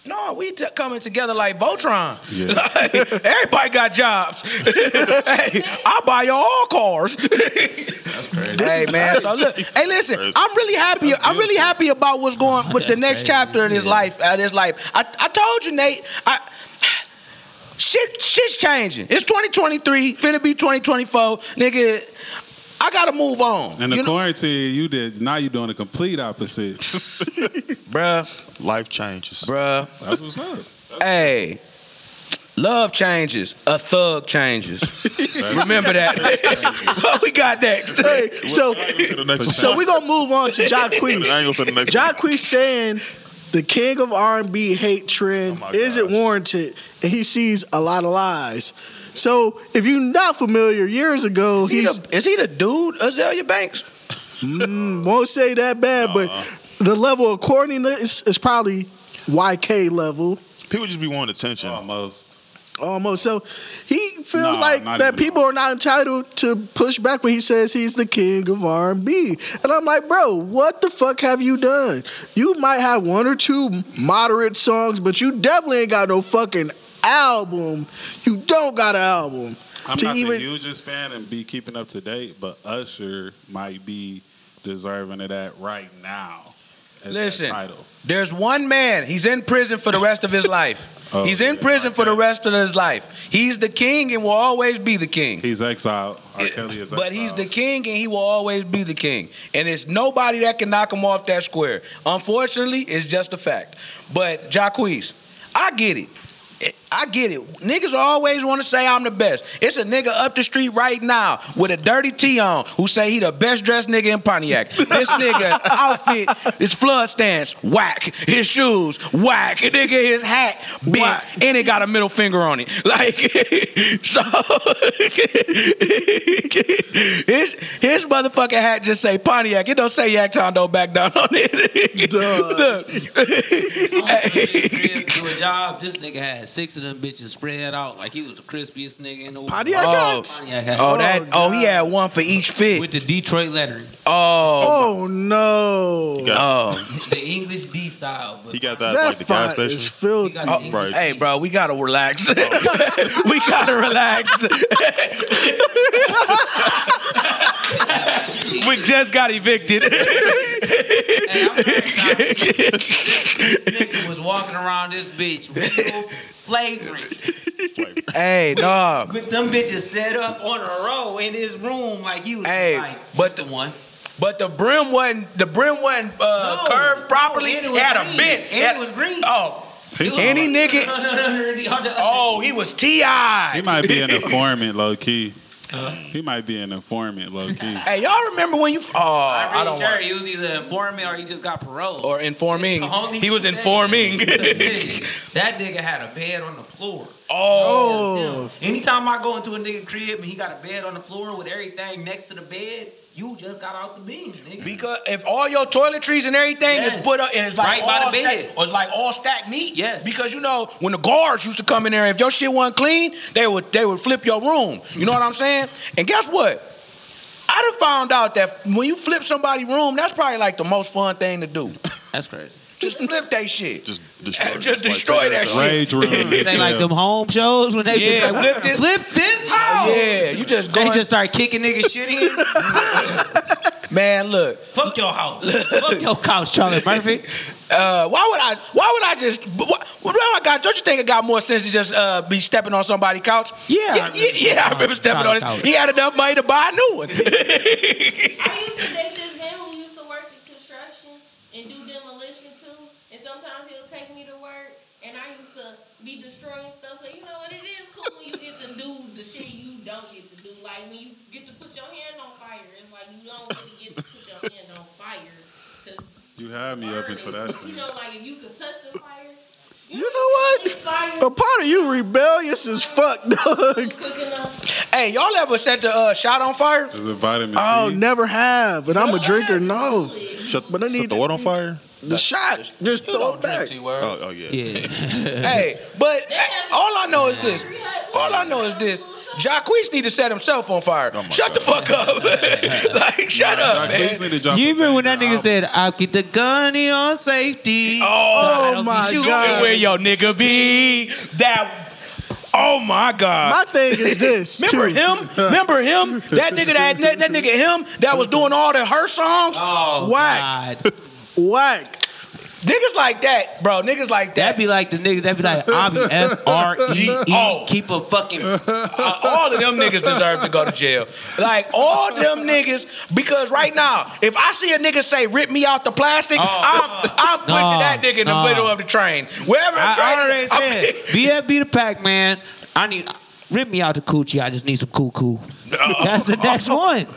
Speaker 3: No, we t- coming together like Voltron.
Speaker 5: Yeah.
Speaker 3: [laughs] Like, everybody got jobs. [laughs] hey, I buy y'all all cars. [laughs] hey man, so look, hey listen, I'm really happy. I'm really happy about what's going with the
Speaker 10: That's
Speaker 3: next
Speaker 10: crazy.
Speaker 3: chapter in his life. Out his life, I, I told you, Nate. I shit, shit's changing. It's 2023, finna be 2024, nigga. I gotta move on.
Speaker 5: In the
Speaker 3: you know?
Speaker 5: quarantine, you did. Now you're doing the complete opposite.
Speaker 3: bruh,
Speaker 9: Life changes.
Speaker 3: bruh.
Speaker 5: [laughs] That's what's up.
Speaker 3: Hey, love changes. A thug changes. Remember that. [laughs] what we got next?
Speaker 2: Hey, so
Speaker 9: The next one.
Speaker 2: so we're gonna move on to
Speaker 9: I
Speaker 2: Jacquees.
Speaker 9: ain't gonna say the next one.
Speaker 2: Jacquees saying the king of R and B hate trend
Speaker 9: Oh my
Speaker 2: is it
Speaker 9: God.
Speaker 2: warranted? And he sees a lot of lies. So if you're not familiar, years ago
Speaker 3: Is he,
Speaker 2: he's
Speaker 3: the, is he the dude, Azalea Banks?
Speaker 2: mm, won't say that bad, but the level of corniness is probably YK level.
Speaker 9: People just be wanting attention.
Speaker 5: Almost.
Speaker 2: Almost. So he feels
Speaker 5: Nah,
Speaker 2: like
Speaker 5: not
Speaker 2: that
Speaker 5: even
Speaker 2: people are not entitled to push back when he says he's the king of R and B. And I'm like, bro, what the fuck have you done? You might have one or two moderate songs, but you definitely ain't got no fucking album. You don't got an album.
Speaker 5: I'm
Speaker 2: To
Speaker 5: not
Speaker 2: even-
Speaker 5: the hugest fan and be keeping up to date, but Usher might be deserving of that right now. as that
Speaker 3: Listen.
Speaker 5: title.
Speaker 3: There's one man. He's in prison for the rest of his life.
Speaker 5: [laughs] Oh,
Speaker 3: he's in
Speaker 5: yeah,
Speaker 3: prison
Speaker 5: R.
Speaker 3: for the
Speaker 5: Kelly.
Speaker 3: rest of his life. He's the king and will always be the king.
Speaker 5: He's exiled. R. Kelly is uh, exiled.
Speaker 3: But he's the king and he will always be the king. And it's nobody that can knock him off that square. Unfortunately, it's just a fact. But Jacquees, I get it. I get it. Niggas always want to say I'm the best. It's a nigga up the street right now with a dirty tee on who say he the best dressed nigga in Pontiac. This nigga outfit, his flood stance, whack. His shoes, whack. And nigga, his hat, bent,
Speaker 2: Whack.
Speaker 3: and it got a middle finger on it. [laughs] Like, so [laughs] his his motherfucking hat just say Pontiac. It don't say Yak Tondo back down on it. [laughs] Look.
Speaker 10: Oh,
Speaker 3: Hey.
Speaker 10: Chris do a job. This nigga had six of them bitches spread out like he was the crispiest nigga in the world.
Speaker 2: Pontiac
Speaker 3: Oh.
Speaker 2: hats?
Speaker 10: Pontiac hats.
Speaker 3: Oh, that! Oh, he had one for each
Speaker 10: with
Speaker 3: fit.
Speaker 10: the Detroit lettering,
Speaker 3: Oh,
Speaker 2: Oh no.
Speaker 9: got-
Speaker 3: oh.
Speaker 10: the English D style. But
Speaker 9: He got that,
Speaker 2: That
Speaker 9: like the gas
Speaker 2: fight
Speaker 9: station.
Speaker 2: is
Speaker 10: he
Speaker 2: filthy.
Speaker 10: got the
Speaker 9: Oh,
Speaker 10: English
Speaker 9: right.
Speaker 10: D.
Speaker 3: Hey, bro, we gotta relax.
Speaker 10: Oh.
Speaker 3: [laughs] we gotta relax. [laughs] we just got evicted. [laughs]
Speaker 10: Hey, I'm trying to tell you, this nigga was walking around this bitch, real flagrant,
Speaker 3: hey, no.
Speaker 10: with them bitches set up on a row in his room like he was
Speaker 3: Hey,
Speaker 10: like,
Speaker 3: but
Speaker 10: but the one.
Speaker 3: But the brim wasn't the brim wasn't uh,
Speaker 10: No,
Speaker 3: curved properly.
Speaker 10: no, and it
Speaker 3: it
Speaker 10: was
Speaker 3: had a
Speaker 10: green.
Speaker 3: bent.
Speaker 10: And it
Speaker 3: had-
Speaker 10: was green.
Speaker 3: Oh,
Speaker 5: He's
Speaker 3: any
Speaker 5: all-
Speaker 3: nigga. Oh, he was Ti.
Speaker 5: He might
Speaker 3: [laughs]
Speaker 5: be an informant, low key.
Speaker 3: Uh-huh.
Speaker 5: He might be an informant, low key.
Speaker 3: Hey, y'all remember when you? Oh,
Speaker 10: I'm
Speaker 3: I,
Speaker 10: pretty
Speaker 3: don't
Speaker 10: sure
Speaker 3: want.
Speaker 10: he was either informant or he just got parole.
Speaker 3: Or informing.
Speaker 10: The only
Speaker 3: He was
Speaker 10: thing-
Speaker 3: informing.
Speaker 10: that nigga had a bed on the floor.
Speaker 3: [laughs]
Speaker 2: Oh.
Speaker 3: oh,
Speaker 10: Anytime I go into a nigga crib and he got a bed on the floor with everything next to the bed, you just got out the beam, nigga.
Speaker 3: because if all your toiletries and everything
Speaker 10: Yes.
Speaker 3: is put up and it's like
Speaker 10: Right
Speaker 3: all
Speaker 10: by the
Speaker 3: stacked-
Speaker 10: bed.
Speaker 3: or it's like all stacked neat.
Speaker 10: Yes.
Speaker 3: Because you know when the guards used to come in there, if your shit wasn't clean, they would they would flip your room. You know what I'm saying? And guess what? I done found out that when you flip somebody's room, that's probably like the most fun thing to do.
Speaker 10: That's crazy.
Speaker 3: Just flip that shit.
Speaker 9: Just destroy,
Speaker 3: [laughs] Just
Speaker 9: it. Like,
Speaker 3: destroy
Speaker 9: take it
Speaker 3: that
Speaker 9: out.
Speaker 3: shit. [laughs]
Speaker 5: Rage room.
Speaker 10: They like
Speaker 5: Yeah.
Speaker 10: them home shows when they be
Speaker 3: Yeah,
Speaker 10: like,
Speaker 3: flip this-
Speaker 10: flip this house.
Speaker 3: Yeah, you just
Speaker 10: They
Speaker 3: going.
Speaker 10: just start kicking niggas shit in.
Speaker 3: man, look.
Speaker 10: Fuck your house. Fuck your couch, [laughs] Charlie Murphy.
Speaker 3: Uh, why would I? Why would I just? Why, why do I got? Don't you think I got more sense to just uh, be stepping on somebody's couch?
Speaker 10: Yeah, I
Speaker 3: yeah,
Speaker 10: remember
Speaker 3: yeah, yeah, I remember
Speaker 10: Charlie's
Speaker 3: stepping on
Speaker 10: couch.
Speaker 3: it. He had enough money to buy a
Speaker 10: [laughs]
Speaker 3: new one.
Speaker 6: I used to date this man who used to work in construction and do demolition too. And sometimes he'll take me to work, and I used to be destroying stuff. So you know what? It is cool when you get to do the shit you don't get to do. Like when you get to put your hand on fire, it's like you don't really get to put your hand on fire. 'cause
Speaker 5: You had me up
Speaker 6: burn
Speaker 5: until
Speaker 6: is-
Speaker 5: that
Speaker 6: You
Speaker 5: scene.
Speaker 6: know, like if you could touch the fire.
Speaker 2: You know what? Oh
Speaker 6: Fire.
Speaker 2: A part of you rebellious as fuck, [laughs] dog.
Speaker 6: Cooking up.
Speaker 3: hey, y'all ever set the uh, shot on fire?
Speaker 5: Is it vitamin
Speaker 3: Oh,
Speaker 5: C?
Speaker 2: I'll never have, and I'm a drinker. No,
Speaker 9: Shut,
Speaker 2: But I need-
Speaker 9: shut the what on fire?
Speaker 2: the shot, just throw it back.
Speaker 9: Oh, oh yeah.
Speaker 10: Yeah.
Speaker 3: Hey, but uh, all I know is this. All I know is this. Jacquees need to set himself on fire.
Speaker 10: Oh
Speaker 3: shut the fuck up. [laughs] like, shut up, man.
Speaker 5: Jacquees need to drop
Speaker 10: You
Speaker 5: a
Speaker 10: remember when that
Speaker 5: banger
Speaker 10: nigga said, "I'll keep the gunny on safety"?
Speaker 3: Oh,
Speaker 2: Oh my
Speaker 10: shoot.
Speaker 3: and
Speaker 2: god.
Speaker 3: where your nigga be? That. Oh my God.
Speaker 2: My thing is this.
Speaker 3: [laughs] Remember
Speaker 2: too.
Speaker 3: him?
Speaker 10: [laughs]
Speaker 3: Remember him? That nigga that, that that nigga him that was doing all the her songs?
Speaker 10: Oh,
Speaker 2: Whack.
Speaker 10: God.
Speaker 2: Whack.
Speaker 3: Niggas like that, bro. Niggas like that.
Speaker 10: That'd be like the niggas. That'd be like, [laughs] "I'll be F R E
Speaker 3: Oh.
Speaker 10: E. Keep a fucking."
Speaker 3: Uh, all of them niggas deserve to go to jail. Like all them niggas, because right now, if I see a nigga say "rip me out the plastic,"
Speaker 10: Oh.
Speaker 3: I'm, I'm pushing
Speaker 10: No,
Speaker 3: that nigga in the
Speaker 10: no.
Speaker 3: middle of the train, wherever the
Speaker 10: I,
Speaker 3: train.
Speaker 10: I already
Speaker 3: is, [laughs] I'm-
Speaker 10: said, "BF be the pack, man." I need rip me out the coochie. I just need some cool cool. [laughs] That's the next one.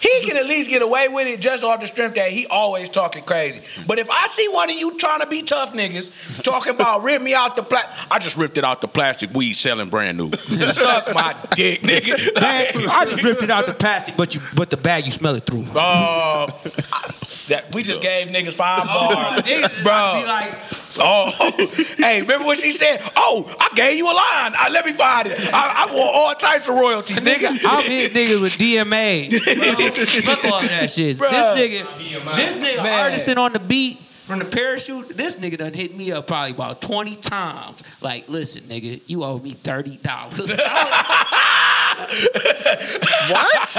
Speaker 3: he can at least get away with it just off the strength that he always talking crazy. But if I see one of you trying to be tough niggas talking about [laughs] rip me out the plastic, I just ripped it out the plastic weed selling brand new. Suck my dick, nigga. [laughs]
Speaker 10: Man, I just ripped it out the plastic, but you but the bag you smell it through.
Speaker 3: Uh, that we just gave niggas five bars, bro. oh, [laughs] hey, remember what she said? Oh, I gave you a line. I, let me find it. I, I want all types of royalties, nigga. [laughs]
Speaker 10: I'm hit niggas with DMA. Fuck all that shit.
Speaker 3: Bro.
Speaker 10: This nigga, this nigga
Speaker 3: Man.
Speaker 10: artisan on the beat from the parachute. This nigga done hit me up probably about 20 times. Like, listen, nigga, you owe me $30.
Speaker 3: [laughs]
Speaker 2: What?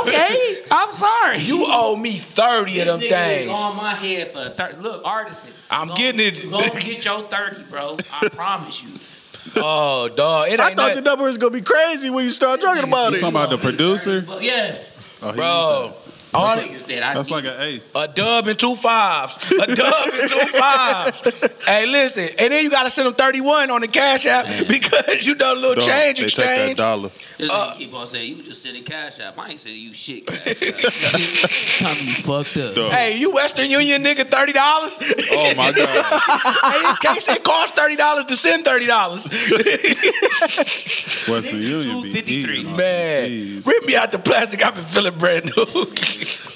Speaker 10: okay, I'm sorry.
Speaker 3: you owe me thirty of them
Speaker 10: This nigga is
Speaker 3: things.
Speaker 10: on my head for 30. Look, artisan.
Speaker 3: I'm
Speaker 10: go-
Speaker 3: getting it.
Speaker 10: Go get your 30, bro. I promise you.
Speaker 3: Oh, dog, it
Speaker 2: I
Speaker 3: ain't
Speaker 2: thought the
Speaker 3: nothing,
Speaker 2: number was gonna be crazy when you start talking about
Speaker 5: You
Speaker 2: it.
Speaker 5: talking about the producer?
Speaker 10: But yes.
Speaker 5: Oh, he-
Speaker 3: bro. All
Speaker 10: That's,
Speaker 3: it-
Speaker 10: said, I
Speaker 5: That's
Speaker 10: need-
Speaker 5: like an eight.
Speaker 3: a dub and two fives. A dub and two
Speaker 9: [laughs]
Speaker 3: fives. Hey, listen, and then you gotta send them thirty-one on the cash app because you done a little
Speaker 9: Dog,
Speaker 3: change
Speaker 9: they take that
Speaker 3: exchange.
Speaker 9: dollar.
Speaker 10: This nigga keep on saying, you just send a cash app. I ain't sending you shit cash app. Time you fucked up.
Speaker 9: Dog.
Speaker 3: Hey, you Western Union nigga, thirty
Speaker 9: [laughs]
Speaker 3: dollars?
Speaker 9: Oh my god.
Speaker 3: hey, in case they cost thirty dollars to send thirty
Speaker 9: [laughs]
Speaker 3: dollars.
Speaker 5: Western Union be
Speaker 10: 253.
Speaker 5: eating off
Speaker 3: Man,
Speaker 9: Oh,
Speaker 5: these.
Speaker 3: rip me out the plastic. I've been feeling brand new. [laughs]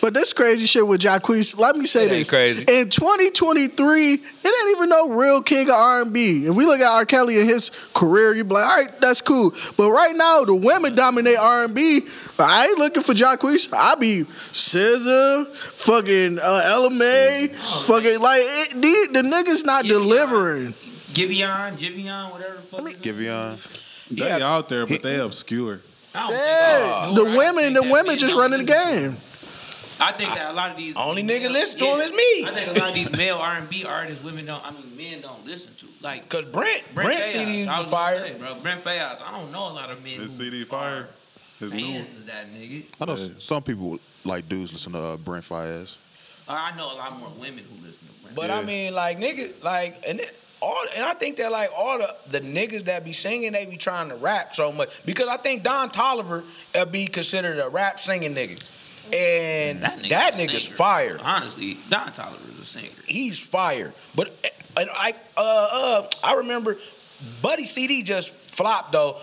Speaker 2: But this crazy shit with Jacquees, let me say
Speaker 3: It ain't
Speaker 2: this.
Speaker 3: crazy.
Speaker 2: In 2023, it ain't even no real king of R&B. If we look at R. Kelly and his career, you be like, all right, that's cool. But right now, the women dominate R&B. I ain't looking for Jacquees. I be SZA, fucking uh, LMA, fucking like it, the, the niggas not
Speaker 10: Yeah, yeah.
Speaker 2: delivering.
Speaker 10: Giveon, Giveon, whatever the fuck. his name-
Speaker 9: Giveon.
Speaker 5: They out there, but they obscure.
Speaker 10: I don't
Speaker 2: Yeah,
Speaker 10: think- uh,
Speaker 2: the
Speaker 10: I think
Speaker 2: women, the
Speaker 10: that
Speaker 2: women
Speaker 10: men
Speaker 2: just
Speaker 10: don't
Speaker 2: running the
Speaker 10: listen.
Speaker 2: game.
Speaker 10: I think that a lot of these
Speaker 3: Only
Speaker 10: these
Speaker 3: nigga
Speaker 10: male-
Speaker 3: listen to 'em is me.
Speaker 10: I think a lot of these male R and B artists, women don't. I mean, men don't listen to. Like
Speaker 3: Cause Brent, Brent,
Speaker 10: Brent
Speaker 3: CDs was
Speaker 10: Faiyaz, I was gonna
Speaker 3: fire.
Speaker 10: say, bro. Brent Fayaz. I don't know a lot of men.
Speaker 5: His
Speaker 10: who
Speaker 5: CD fire. His
Speaker 10: are
Speaker 5: new.
Speaker 10: Fans of that nigga.
Speaker 9: I know s- some people like dudes listen to uh, Brent Fires.
Speaker 10: Or I know a lot more women who listen to Brent.
Speaker 3: But I
Speaker 9: Yeah.
Speaker 3: mean, like niggas, like and it- all, and I think that like all the the niggas that be singing, they be trying to rap so much because I think Don Tolliver uh, be considered a rap singing nigga, and that,
Speaker 10: nigga's a
Speaker 3: nigga's
Speaker 10: singer.
Speaker 3: fire.
Speaker 10: Honestly, Don Tolliver is a singer.
Speaker 3: He's fire. But uh, and I uh, uh I remember Buddy CD just flopped though.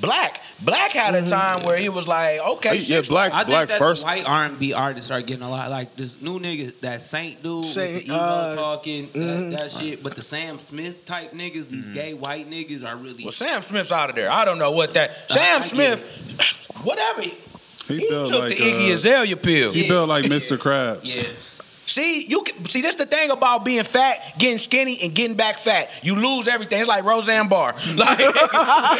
Speaker 3: Black Black had a time where he was like, okay,
Speaker 9: Hey, yeah,
Speaker 3: six-
Speaker 9: black
Speaker 10: I
Speaker 9: black
Speaker 10: think that
Speaker 9: first.
Speaker 10: the white R and B artists are getting a lot. Like this new nigga, that Saint dude,
Speaker 2: Saint,
Speaker 10: with the emo
Speaker 2: uh,
Speaker 10: talking,
Speaker 2: mhm.
Speaker 10: that, that shit. But the Sam Smith type niggas, these gay white niggas are really.
Speaker 3: Well, Sam Smith's out of there. I don't know what that.
Speaker 10: I-
Speaker 3: Sam
Speaker 10: I get
Speaker 3: Smith, whatever. He,
Speaker 5: He,
Speaker 3: took
Speaker 5: built like
Speaker 3: the Iggy
Speaker 5: uh,
Speaker 3: Azalea pill.
Speaker 5: He built like Mr. Krabs.
Speaker 10: [laughs] [laughs] yeah,
Speaker 3: See, you can, see. That's the thing about being fat, getting skinny, and getting back fat. You lose everything. It's like Roseanne Barr. [laughs] Like,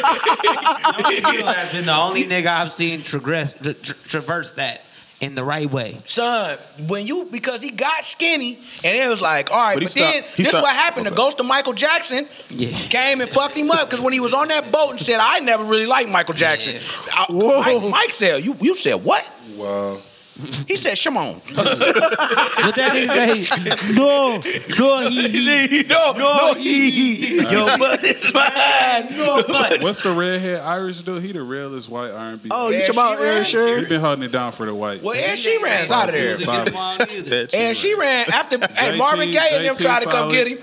Speaker 10: Young Thug has been the only nigga I've seen progress, tra- tra- traverse that in the right way.
Speaker 3: son, when you because he got skinny, and it was like, all right. But,
Speaker 9: But he
Speaker 3: then
Speaker 9: stopped- he
Speaker 3: this is
Speaker 9: stopped-
Speaker 3: what happened. The
Speaker 9: okay.
Speaker 3: ghost of Michael Jackson
Speaker 10: Yeah.
Speaker 3: came and fucked him up because when he was on that boat and said, I never really liked Michael Jackson. I-
Speaker 2: Whoa.
Speaker 3: Mike, Mike said, you you said what?
Speaker 5: Wow.
Speaker 3: He said, Shimon.
Speaker 10: But that [laughs] nigga say, no, no, he, he.
Speaker 3: no, no, he, your butt is mine. No, but
Speaker 5: What's the redhead Irish dude? He the realest white R&B.
Speaker 2: Oh, you
Speaker 3: Ed
Speaker 2: talking about Ed
Speaker 3: Sheeran?
Speaker 5: He
Speaker 2: Sheeran?
Speaker 5: been holding it down for the white.
Speaker 3: well, and she ran out of there.
Speaker 10: He wasn't getting along either.
Speaker 9: that
Speaker 3: And she ran after hey, Marvin Gaye and them
Speaker 5: JT
Speaker 3: tried to come
Speaker 5: solid.
Speaker 3: get him.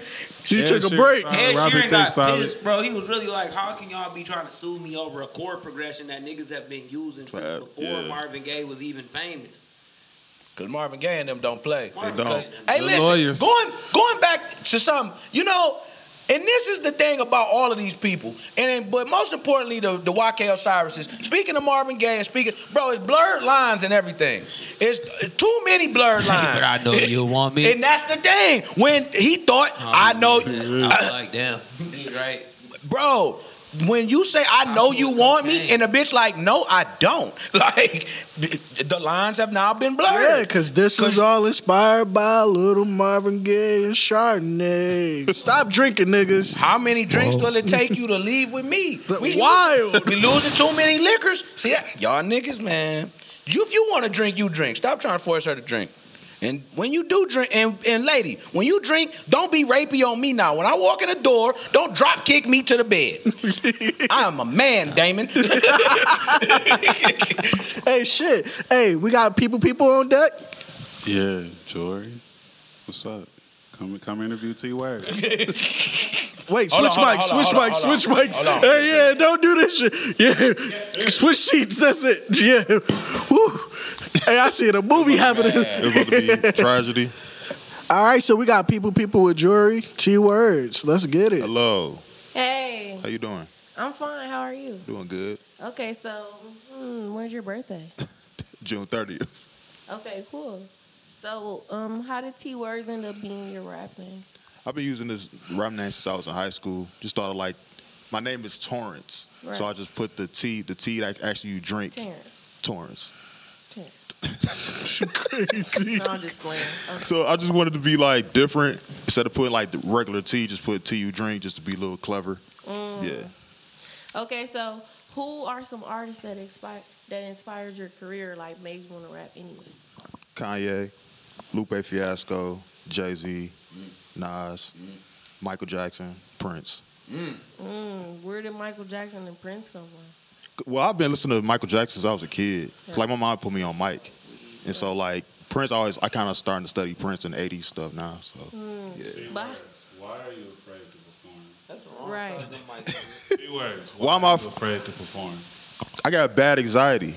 Speaker 2: She
Speaker 5: Ed
Speaker 2: took a
Speaker 5: Sheeran
Speaker 2: break.
Speaker 5: solid.
Speaker 10: Ed
Speaker 5: Robert
Speaker 10: Sheeran
Speaker 5: Thicke
Speaker 10: got
Speaker 5: solid.
Speaker 10: pissed, bro. He was really like, "How can y'all be trying to sue me over a chord progression that niggas have been using
Speaker 9: Right,
Speaker 10: since before
Speaker 9: yeah.
Speaker 10: Marvin Gaye was even famous?"
Speaker 3: Cause Marvin Gaye and them don't play.
Speaker 10: Marvin
Speaker 9: don't.
Speaker 10: Gaye-
Speaker 3: Hey,
Speaker 5: The
Speaker 3: listen,
Speaker 5: lawyers.
Speaker 3: going going back to something, you know, And this is the thing about all of these people, and but most importantly, the the YK Osiris's. Speaking of Marvin Gaye, and speaking, bro, it's blurred lines and everything. It's uh, too many blurred lines.
Speaker 10: but I know you want
Speaker 3: [laughs]
Speaker 10: me.
Speaker 3: And that's the thing. When he thought, I know, uh,
Speaker 10: I was like, damn. He right.
Speaker 3: bro. When you say I know you want me, and
Speaker 10: cocaine.
Speaker 3: the bitch like, no, I don't. [laughs] Like, the the lines have now been
Speaker 2: Yeah,
Speaker 3: blurred.
Speaker 2: because this was all inspired by Little Marvin Gaye and Chardonnay.
Speaker 3: [laughs]
Speaker 2: Stop drinking, niggas.
Speaker 3: How many drinks will it take you to leave with me?
Speaker 2: Oh. [laughs] The
Speaker 3: We-
Speaker 2: wild.
Speaker 3: We losing too many liquors. See that? Y'all niggas, man. You if you want to drink, you drink. Stop trying to force her to drink. And when you do drink, and, and lady, when you drink, don't be rapey on me now. When I walk in the door, don't drop kick me to
Speaker 2: [laughs]
Speaker 3: the bed. I am a man, Damon. [laughs]
Speaker 2: hey, shit. Hey, we got people, people on deck.
Speaker 5: Yeah, Jory. What's up? Come come interview T Word.
Speaker 2: Wait,
Speaker 3: Hold on,
Speaker 2: switch
Speaker 3: hold on,
Speaker 2: mics,
Speaker 3: hold on,
Speaker 2: switch
Speaker 3: hold on,
Speaker 2: mics,
Speaker 3: hold on.
Speaker 2: switch mics.
Speaker 3: Hold on.
Speaker 2: Hey, yeah, don't do this shit. Yeah, switch seats. That's it. Yeah. Woo. Hey, I see it. A movie happening.
Speaker 9: It's about to be tragedy.
Speaker 2: All right, so we got people, people with jewelry, T words. Let's get it.
Speaker 9: Hello,
Speaker 6: Hey,
Speaker 9: how you doing?
Speaker 6: I'm fine. How are you?
Speaker 9: Doing good.
Speaker 6: Okay, so hmm, when's your birthday?
Speaker 9: June thirtieth. [laughs]
Speaker 6: Okay, cool. So, um, how did T words end up being your rap name?
Speaker 9: I've been using this rap name since I was in high school. Just started like, my name is Torrance, so I
Speaker 6: Right.
Speaker 9: just put the T, the T that actually you drink,
Speaker 6: Terrence.
Speaker 9: Torrance.
Speaker 6: No, I'm just playing. Okay.
Speaker 9: [laughs] So I just wanted to be like different instead of putting like the regular T, just put T you drink, just to be a little clever.
Speaker 6: Mm.
Speaker 9: Yeah.
Speaker 6: Okay, so who are some artists that inspired that inspired your career? Like made you want to rap anyway?
Speaker 9: Kanye, Lupe Fiasco, Jay Z, Nas, Michael Jackson, Prince.
Speaker 6: Mm, where did Michael Jackson and Prince come from?
Speaker 9: Well, I've been listening to Michael Jackson since I was a kid. It's Like my mom put me on Mike, and so like Prince, I always I kind of starting to study Prince and '80s stuff now. So yeah.
Speaker 6: But
Speaker 5: Why are you afraid to perform?
Speaker 6: right,
Speaker 5: T Words.
Speaker 9: Why am I
Speaker 5: you afraid to perform?
Speaker 9: I got bad anxiety,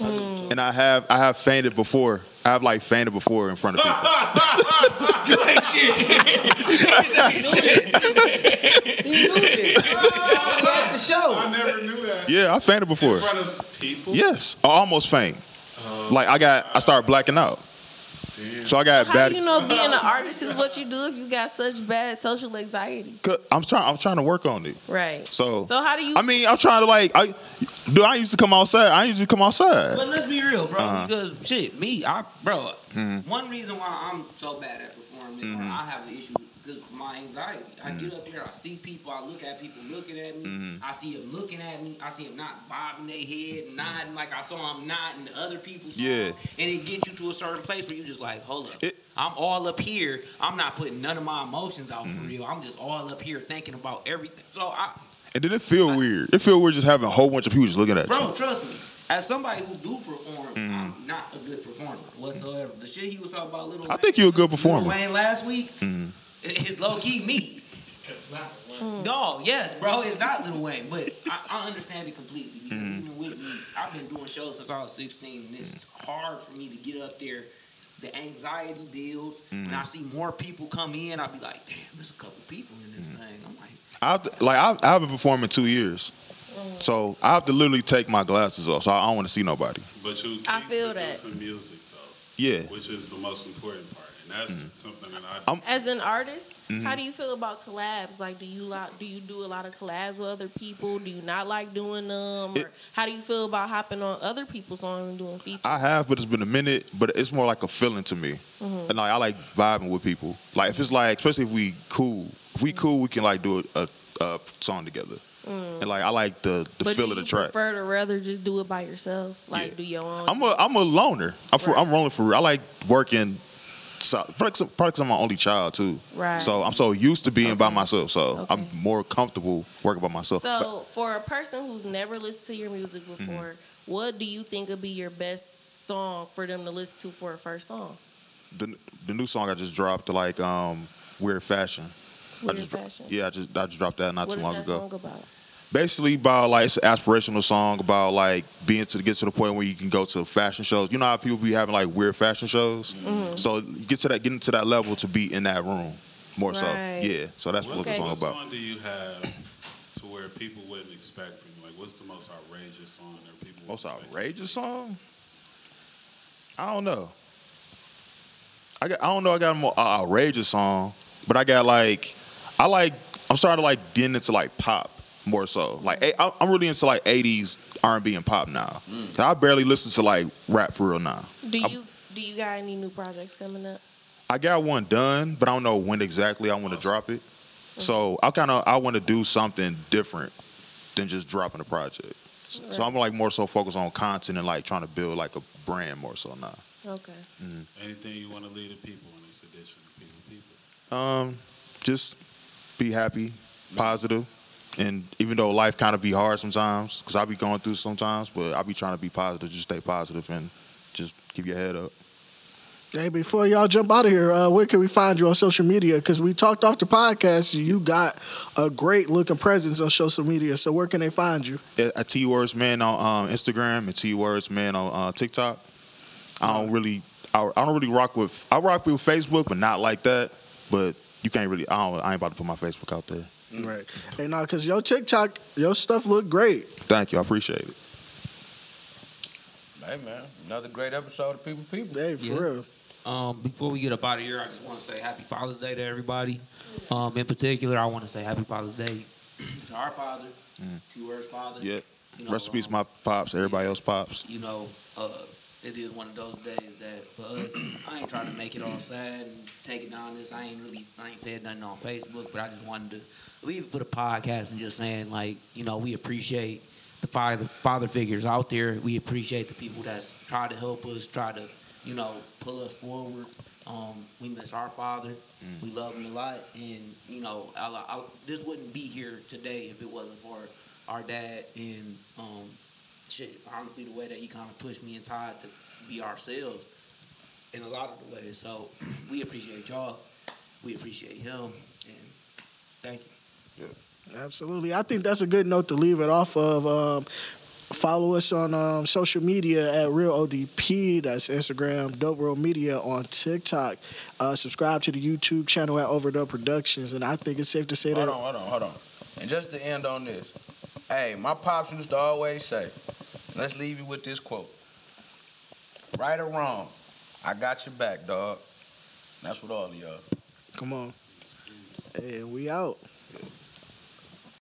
Speaker 9: and I have I have fainted before. I have like fainted before in front of people.
Speaker 10: He knew this. the show.
Speaker 5: I never knew that.
Speaker 9: yeah, I fainted before.
Speaker 5: In front of people.
Speaker 9: Yes, I almost faint. Like I got I started blacking out. So I got
Speaker 6: how
Speaker 9: bad.
Speaker 6: do you know being an artist is what you do if you got such bad social anxiety?
Speaker 9: I'm trying. I'm trying to work on it.
Speaker 6: Right.
Speaker 9: So,
Speaker 6: So how do you?
Speaker 9: I mean, I'm trying to like. I do. I used to come outside. I used to come outside.
Speaker 10: But let's be real, bro.
Speaker 9: Uh-huh. Mm-hmm.
Speaker 10: Because shit, me, I, bro. One reason why I'm so bad at performing, is why I have an issue with my anxiety. I
Speaker 9: Mm-hmm.
Speaker 10: get up there, I see people, I look at people looking at me, I see them looking at me, I see them not bobbing their head, nodding like I saw them nodding to other people's
Speaker 9: Mm-hmm. Yeah.
Speaker 10: songs, and it gets you to a certain place where you just like, hold up.
Speaker 9: It-
Speaker 10: I'm all up here. I'm not putting none of my emotions out
Speaker 9: Mm-hmm.
Speaker 10: for real. I'm just all up here thinking about everything. So I,
Speaker 9: And then it feel weird. It feel weird just having a whole bunch of people just looking at
Speaker 10: Bro,
Speaker 9: you.
Speaker 10: trust me. As somebody who do perform, I'm not a good performer whatsoever. The shit he was talking about, little.
Speaker 9: Mm-hmm. I think you a good performer. Mm-hmm.
Speaker 10: Lil Wayne last week, it's low key me. No, yes, bro, it's not Lil Wayne, but I, I understand it completely. because
Speaker 9: Mm-hmm.
Speaker 10: Even with me, I've been doing shows since I was 16, and it's
Speaker 9: Mm-hmm.
Speaker 10: hard for me to get up there. The anxiety builds. When
Speaker 9: Mm-hmm.
Speaker 10: I see more people come in, I'll be like, damn, there's a couple people in this
Speaker 9: Mm-hmm.
Speaker 10: thing. I'm like,
Speaker 9: I've, like I've, I haven't performed in two years, so I have to literally take my glasses off. So I don't want to see nobody.
Speaker 5: But you keep
Speaker 6: I feel that.
Speaker 5: producing music though,
Speaker 9: Yeah.
Speaker 5: which is the most important part, and that's something that I.
Speaker 6: as an artist,
Speaker 9: Mm-hmm.
Speaker 6: how do you feel about collabs? Like, do you lot, do you do a lot of collabs with other people? Do you not like doing them? Or
Speaker 9: It-
Speaker 6: how do you feel about hopping on other people's songs and doing features?
Speaker 9: I have, but it's been a minute. But it's more like a feeling to me, and like I like vibing with people. Like if it's like, especially if we cool, if we cool, we can like do a, a, a song together. And like I like the the
Speaker 6: but
Speaker 9: feel
Speaker 6: do
Speaker 9: of the
Speaker 6: you
Speaker 9: track.
Speaker 6: prefer to rather just do it by yourself? Like,
Speaker 9: Yeah.
Speaker 6: do your own?
Speaker 9: I'm a I'm a loner. I'm for,
Speaker 6: Right.
Speaker 9: I'm rolling for real. I like working. So, probably because I'm my only child too,
Speaker 6: Right.
Speaker 9: so I'm so used to being by
Speaker 6: Okay.
Speaker 9: myself. So I'm
Speaker 6: Okay.
Speaker 9: more comfortable working by myself. But Mm-hmm.
Speaker 6: So, for a person who's never listened to your music before, what do you think would be your best song for them to listen to for a first song?
Speaker 9: the the new song I just dropped, like um, weird fashion. I
Speaker 6: Weird
Speaker 9: just, dro-
Speaker 6: Fashion.
Speaker 9: Yeah, I just I just dropped that not
Speaker 6: What
Speaker 9: too
Speaker 6: is
Speaker 9: long
Speaker 6: that
Speaker 9: ago.
Speaker 6: song about?
Speaker 9: basically about like it's an aspirational song about like being to get to the point where you can go to fashion shows. You know
Speaker 6: Mm-hmm.
Speaker 9: how people be having like weird fashion shows. So you get to that, getting to that level to be in that room. more
Speaker 11: Right.
Speaker 9: so. Yeah, so that's what
Speaker 11: Okay.
Speaker 9: the song
Speaker 5: What
Speaker 9: about.
Speaker 5: song do you have to where people wouldn't expect from you? Like, what's the most outrageous song that people?
Speaker 9: Most
Speaker 5: wouldn't expect?
Speaker 9: outrageous song? I don't know. I got, I don't know. I got a more uh, outrageous song, but I got like, I like. I'm starting to like getting into like pop more so. Like eh, I- I'm really into like 80s R&B and pop now. I barely listen to like rap for real now.
Speaker 11: Do
Speaker 9: I'm-
Speaker 11: you do you got any new projects coming up?
Speaker 9: I got one done, but I don't know when exactly I want to drop it. So I kind of I want to do something different than just dropping a project. S- So
Speaker 11: Right.
Speaker 9: I'm like more so focused on content and like trying to build like a brand more so now.
Speaker 11: Okay.
Speaker 9: Oh.
Speaker 5: Anything you want to leave the people in this edition? of People, people.
Speaker 9: Um, just be happy, positive, and even though life kind of be hard sometimes, because I be going through sometimes, but I be trying to be positive, just stay positive, and just keep your head up.
Speaker 2: Hey, before y'all jump out of here, uh, where can we find you on social media? Because we talked off the podcast, you got a great looking presence on social media. So where can they find you?
Speaker 9: At at T Words Man on um, Instagram and T Words Man on uh, TikTok. I don't really, I, I don't really rock with. I rock with Facebook, but not like that. But you can't really. I don't. I ain't about to put my Facebook out there.
Speaker 2: Right. Hey, now, because your TikTok, your stuff look great.
Speaker 9: Thank you. I appreciate it.
Speaker 4: Hey man, another great episode of People People.
Speaker 2: Hey, for
Speaker 10: Yeah.
Speaker 2: real.
Speaker 10: Um, before we get up out of here, I just want to say Happy Father's Day to everybody. Um, in particular, I want to say Happy Father's Day to our father, to your father.
Speaker 9: Mm. Yeah.
Speaker 10: You know,
Speaker 9: Rest in peace,
Speaker 10: um,
Speaker 9: my pops. Everybody else pops.
Speaker 10: You know, uh, it is one of those days that for us, [clears throat] I ain't trying to make it all sad and take it down. This I ain't really, I ain't said nothing on Facebook, but I just wanted to leave it for the podcast and just saying like, you know, we appreciate the father father figures out there. We appreciate the people that's try to help us, try to, you know, pull us forward. Um, we miss our father. We love him a lot, and you know, I, I, this wouldn't be here today if it wasn't for our dad and um, shit, honestly, the way that he kind of pushed me and Todd to be ourselves in a lot of the ways. So we appreciate y'all. We appreciate him. And thank you.
Speaker 2: Absolutely. I think that's a good note to leave it off of. Um, follow us on um, social media at Real ODP. That's Instagram, Dope World Media on TikTok. Uh, subscribe to the YouTube channel at Overdub Productions. And I think it's safe to say
Speaker 4: Hold
Speaker 2: that.
Speaker 4: on, hold on, hold on. And just to end on this, hey, my pops used to always say, let's leave you with this quote. Right or wrong, I got your back, dog. That's what all of y'all.
Speaker 2: Come on. And we out.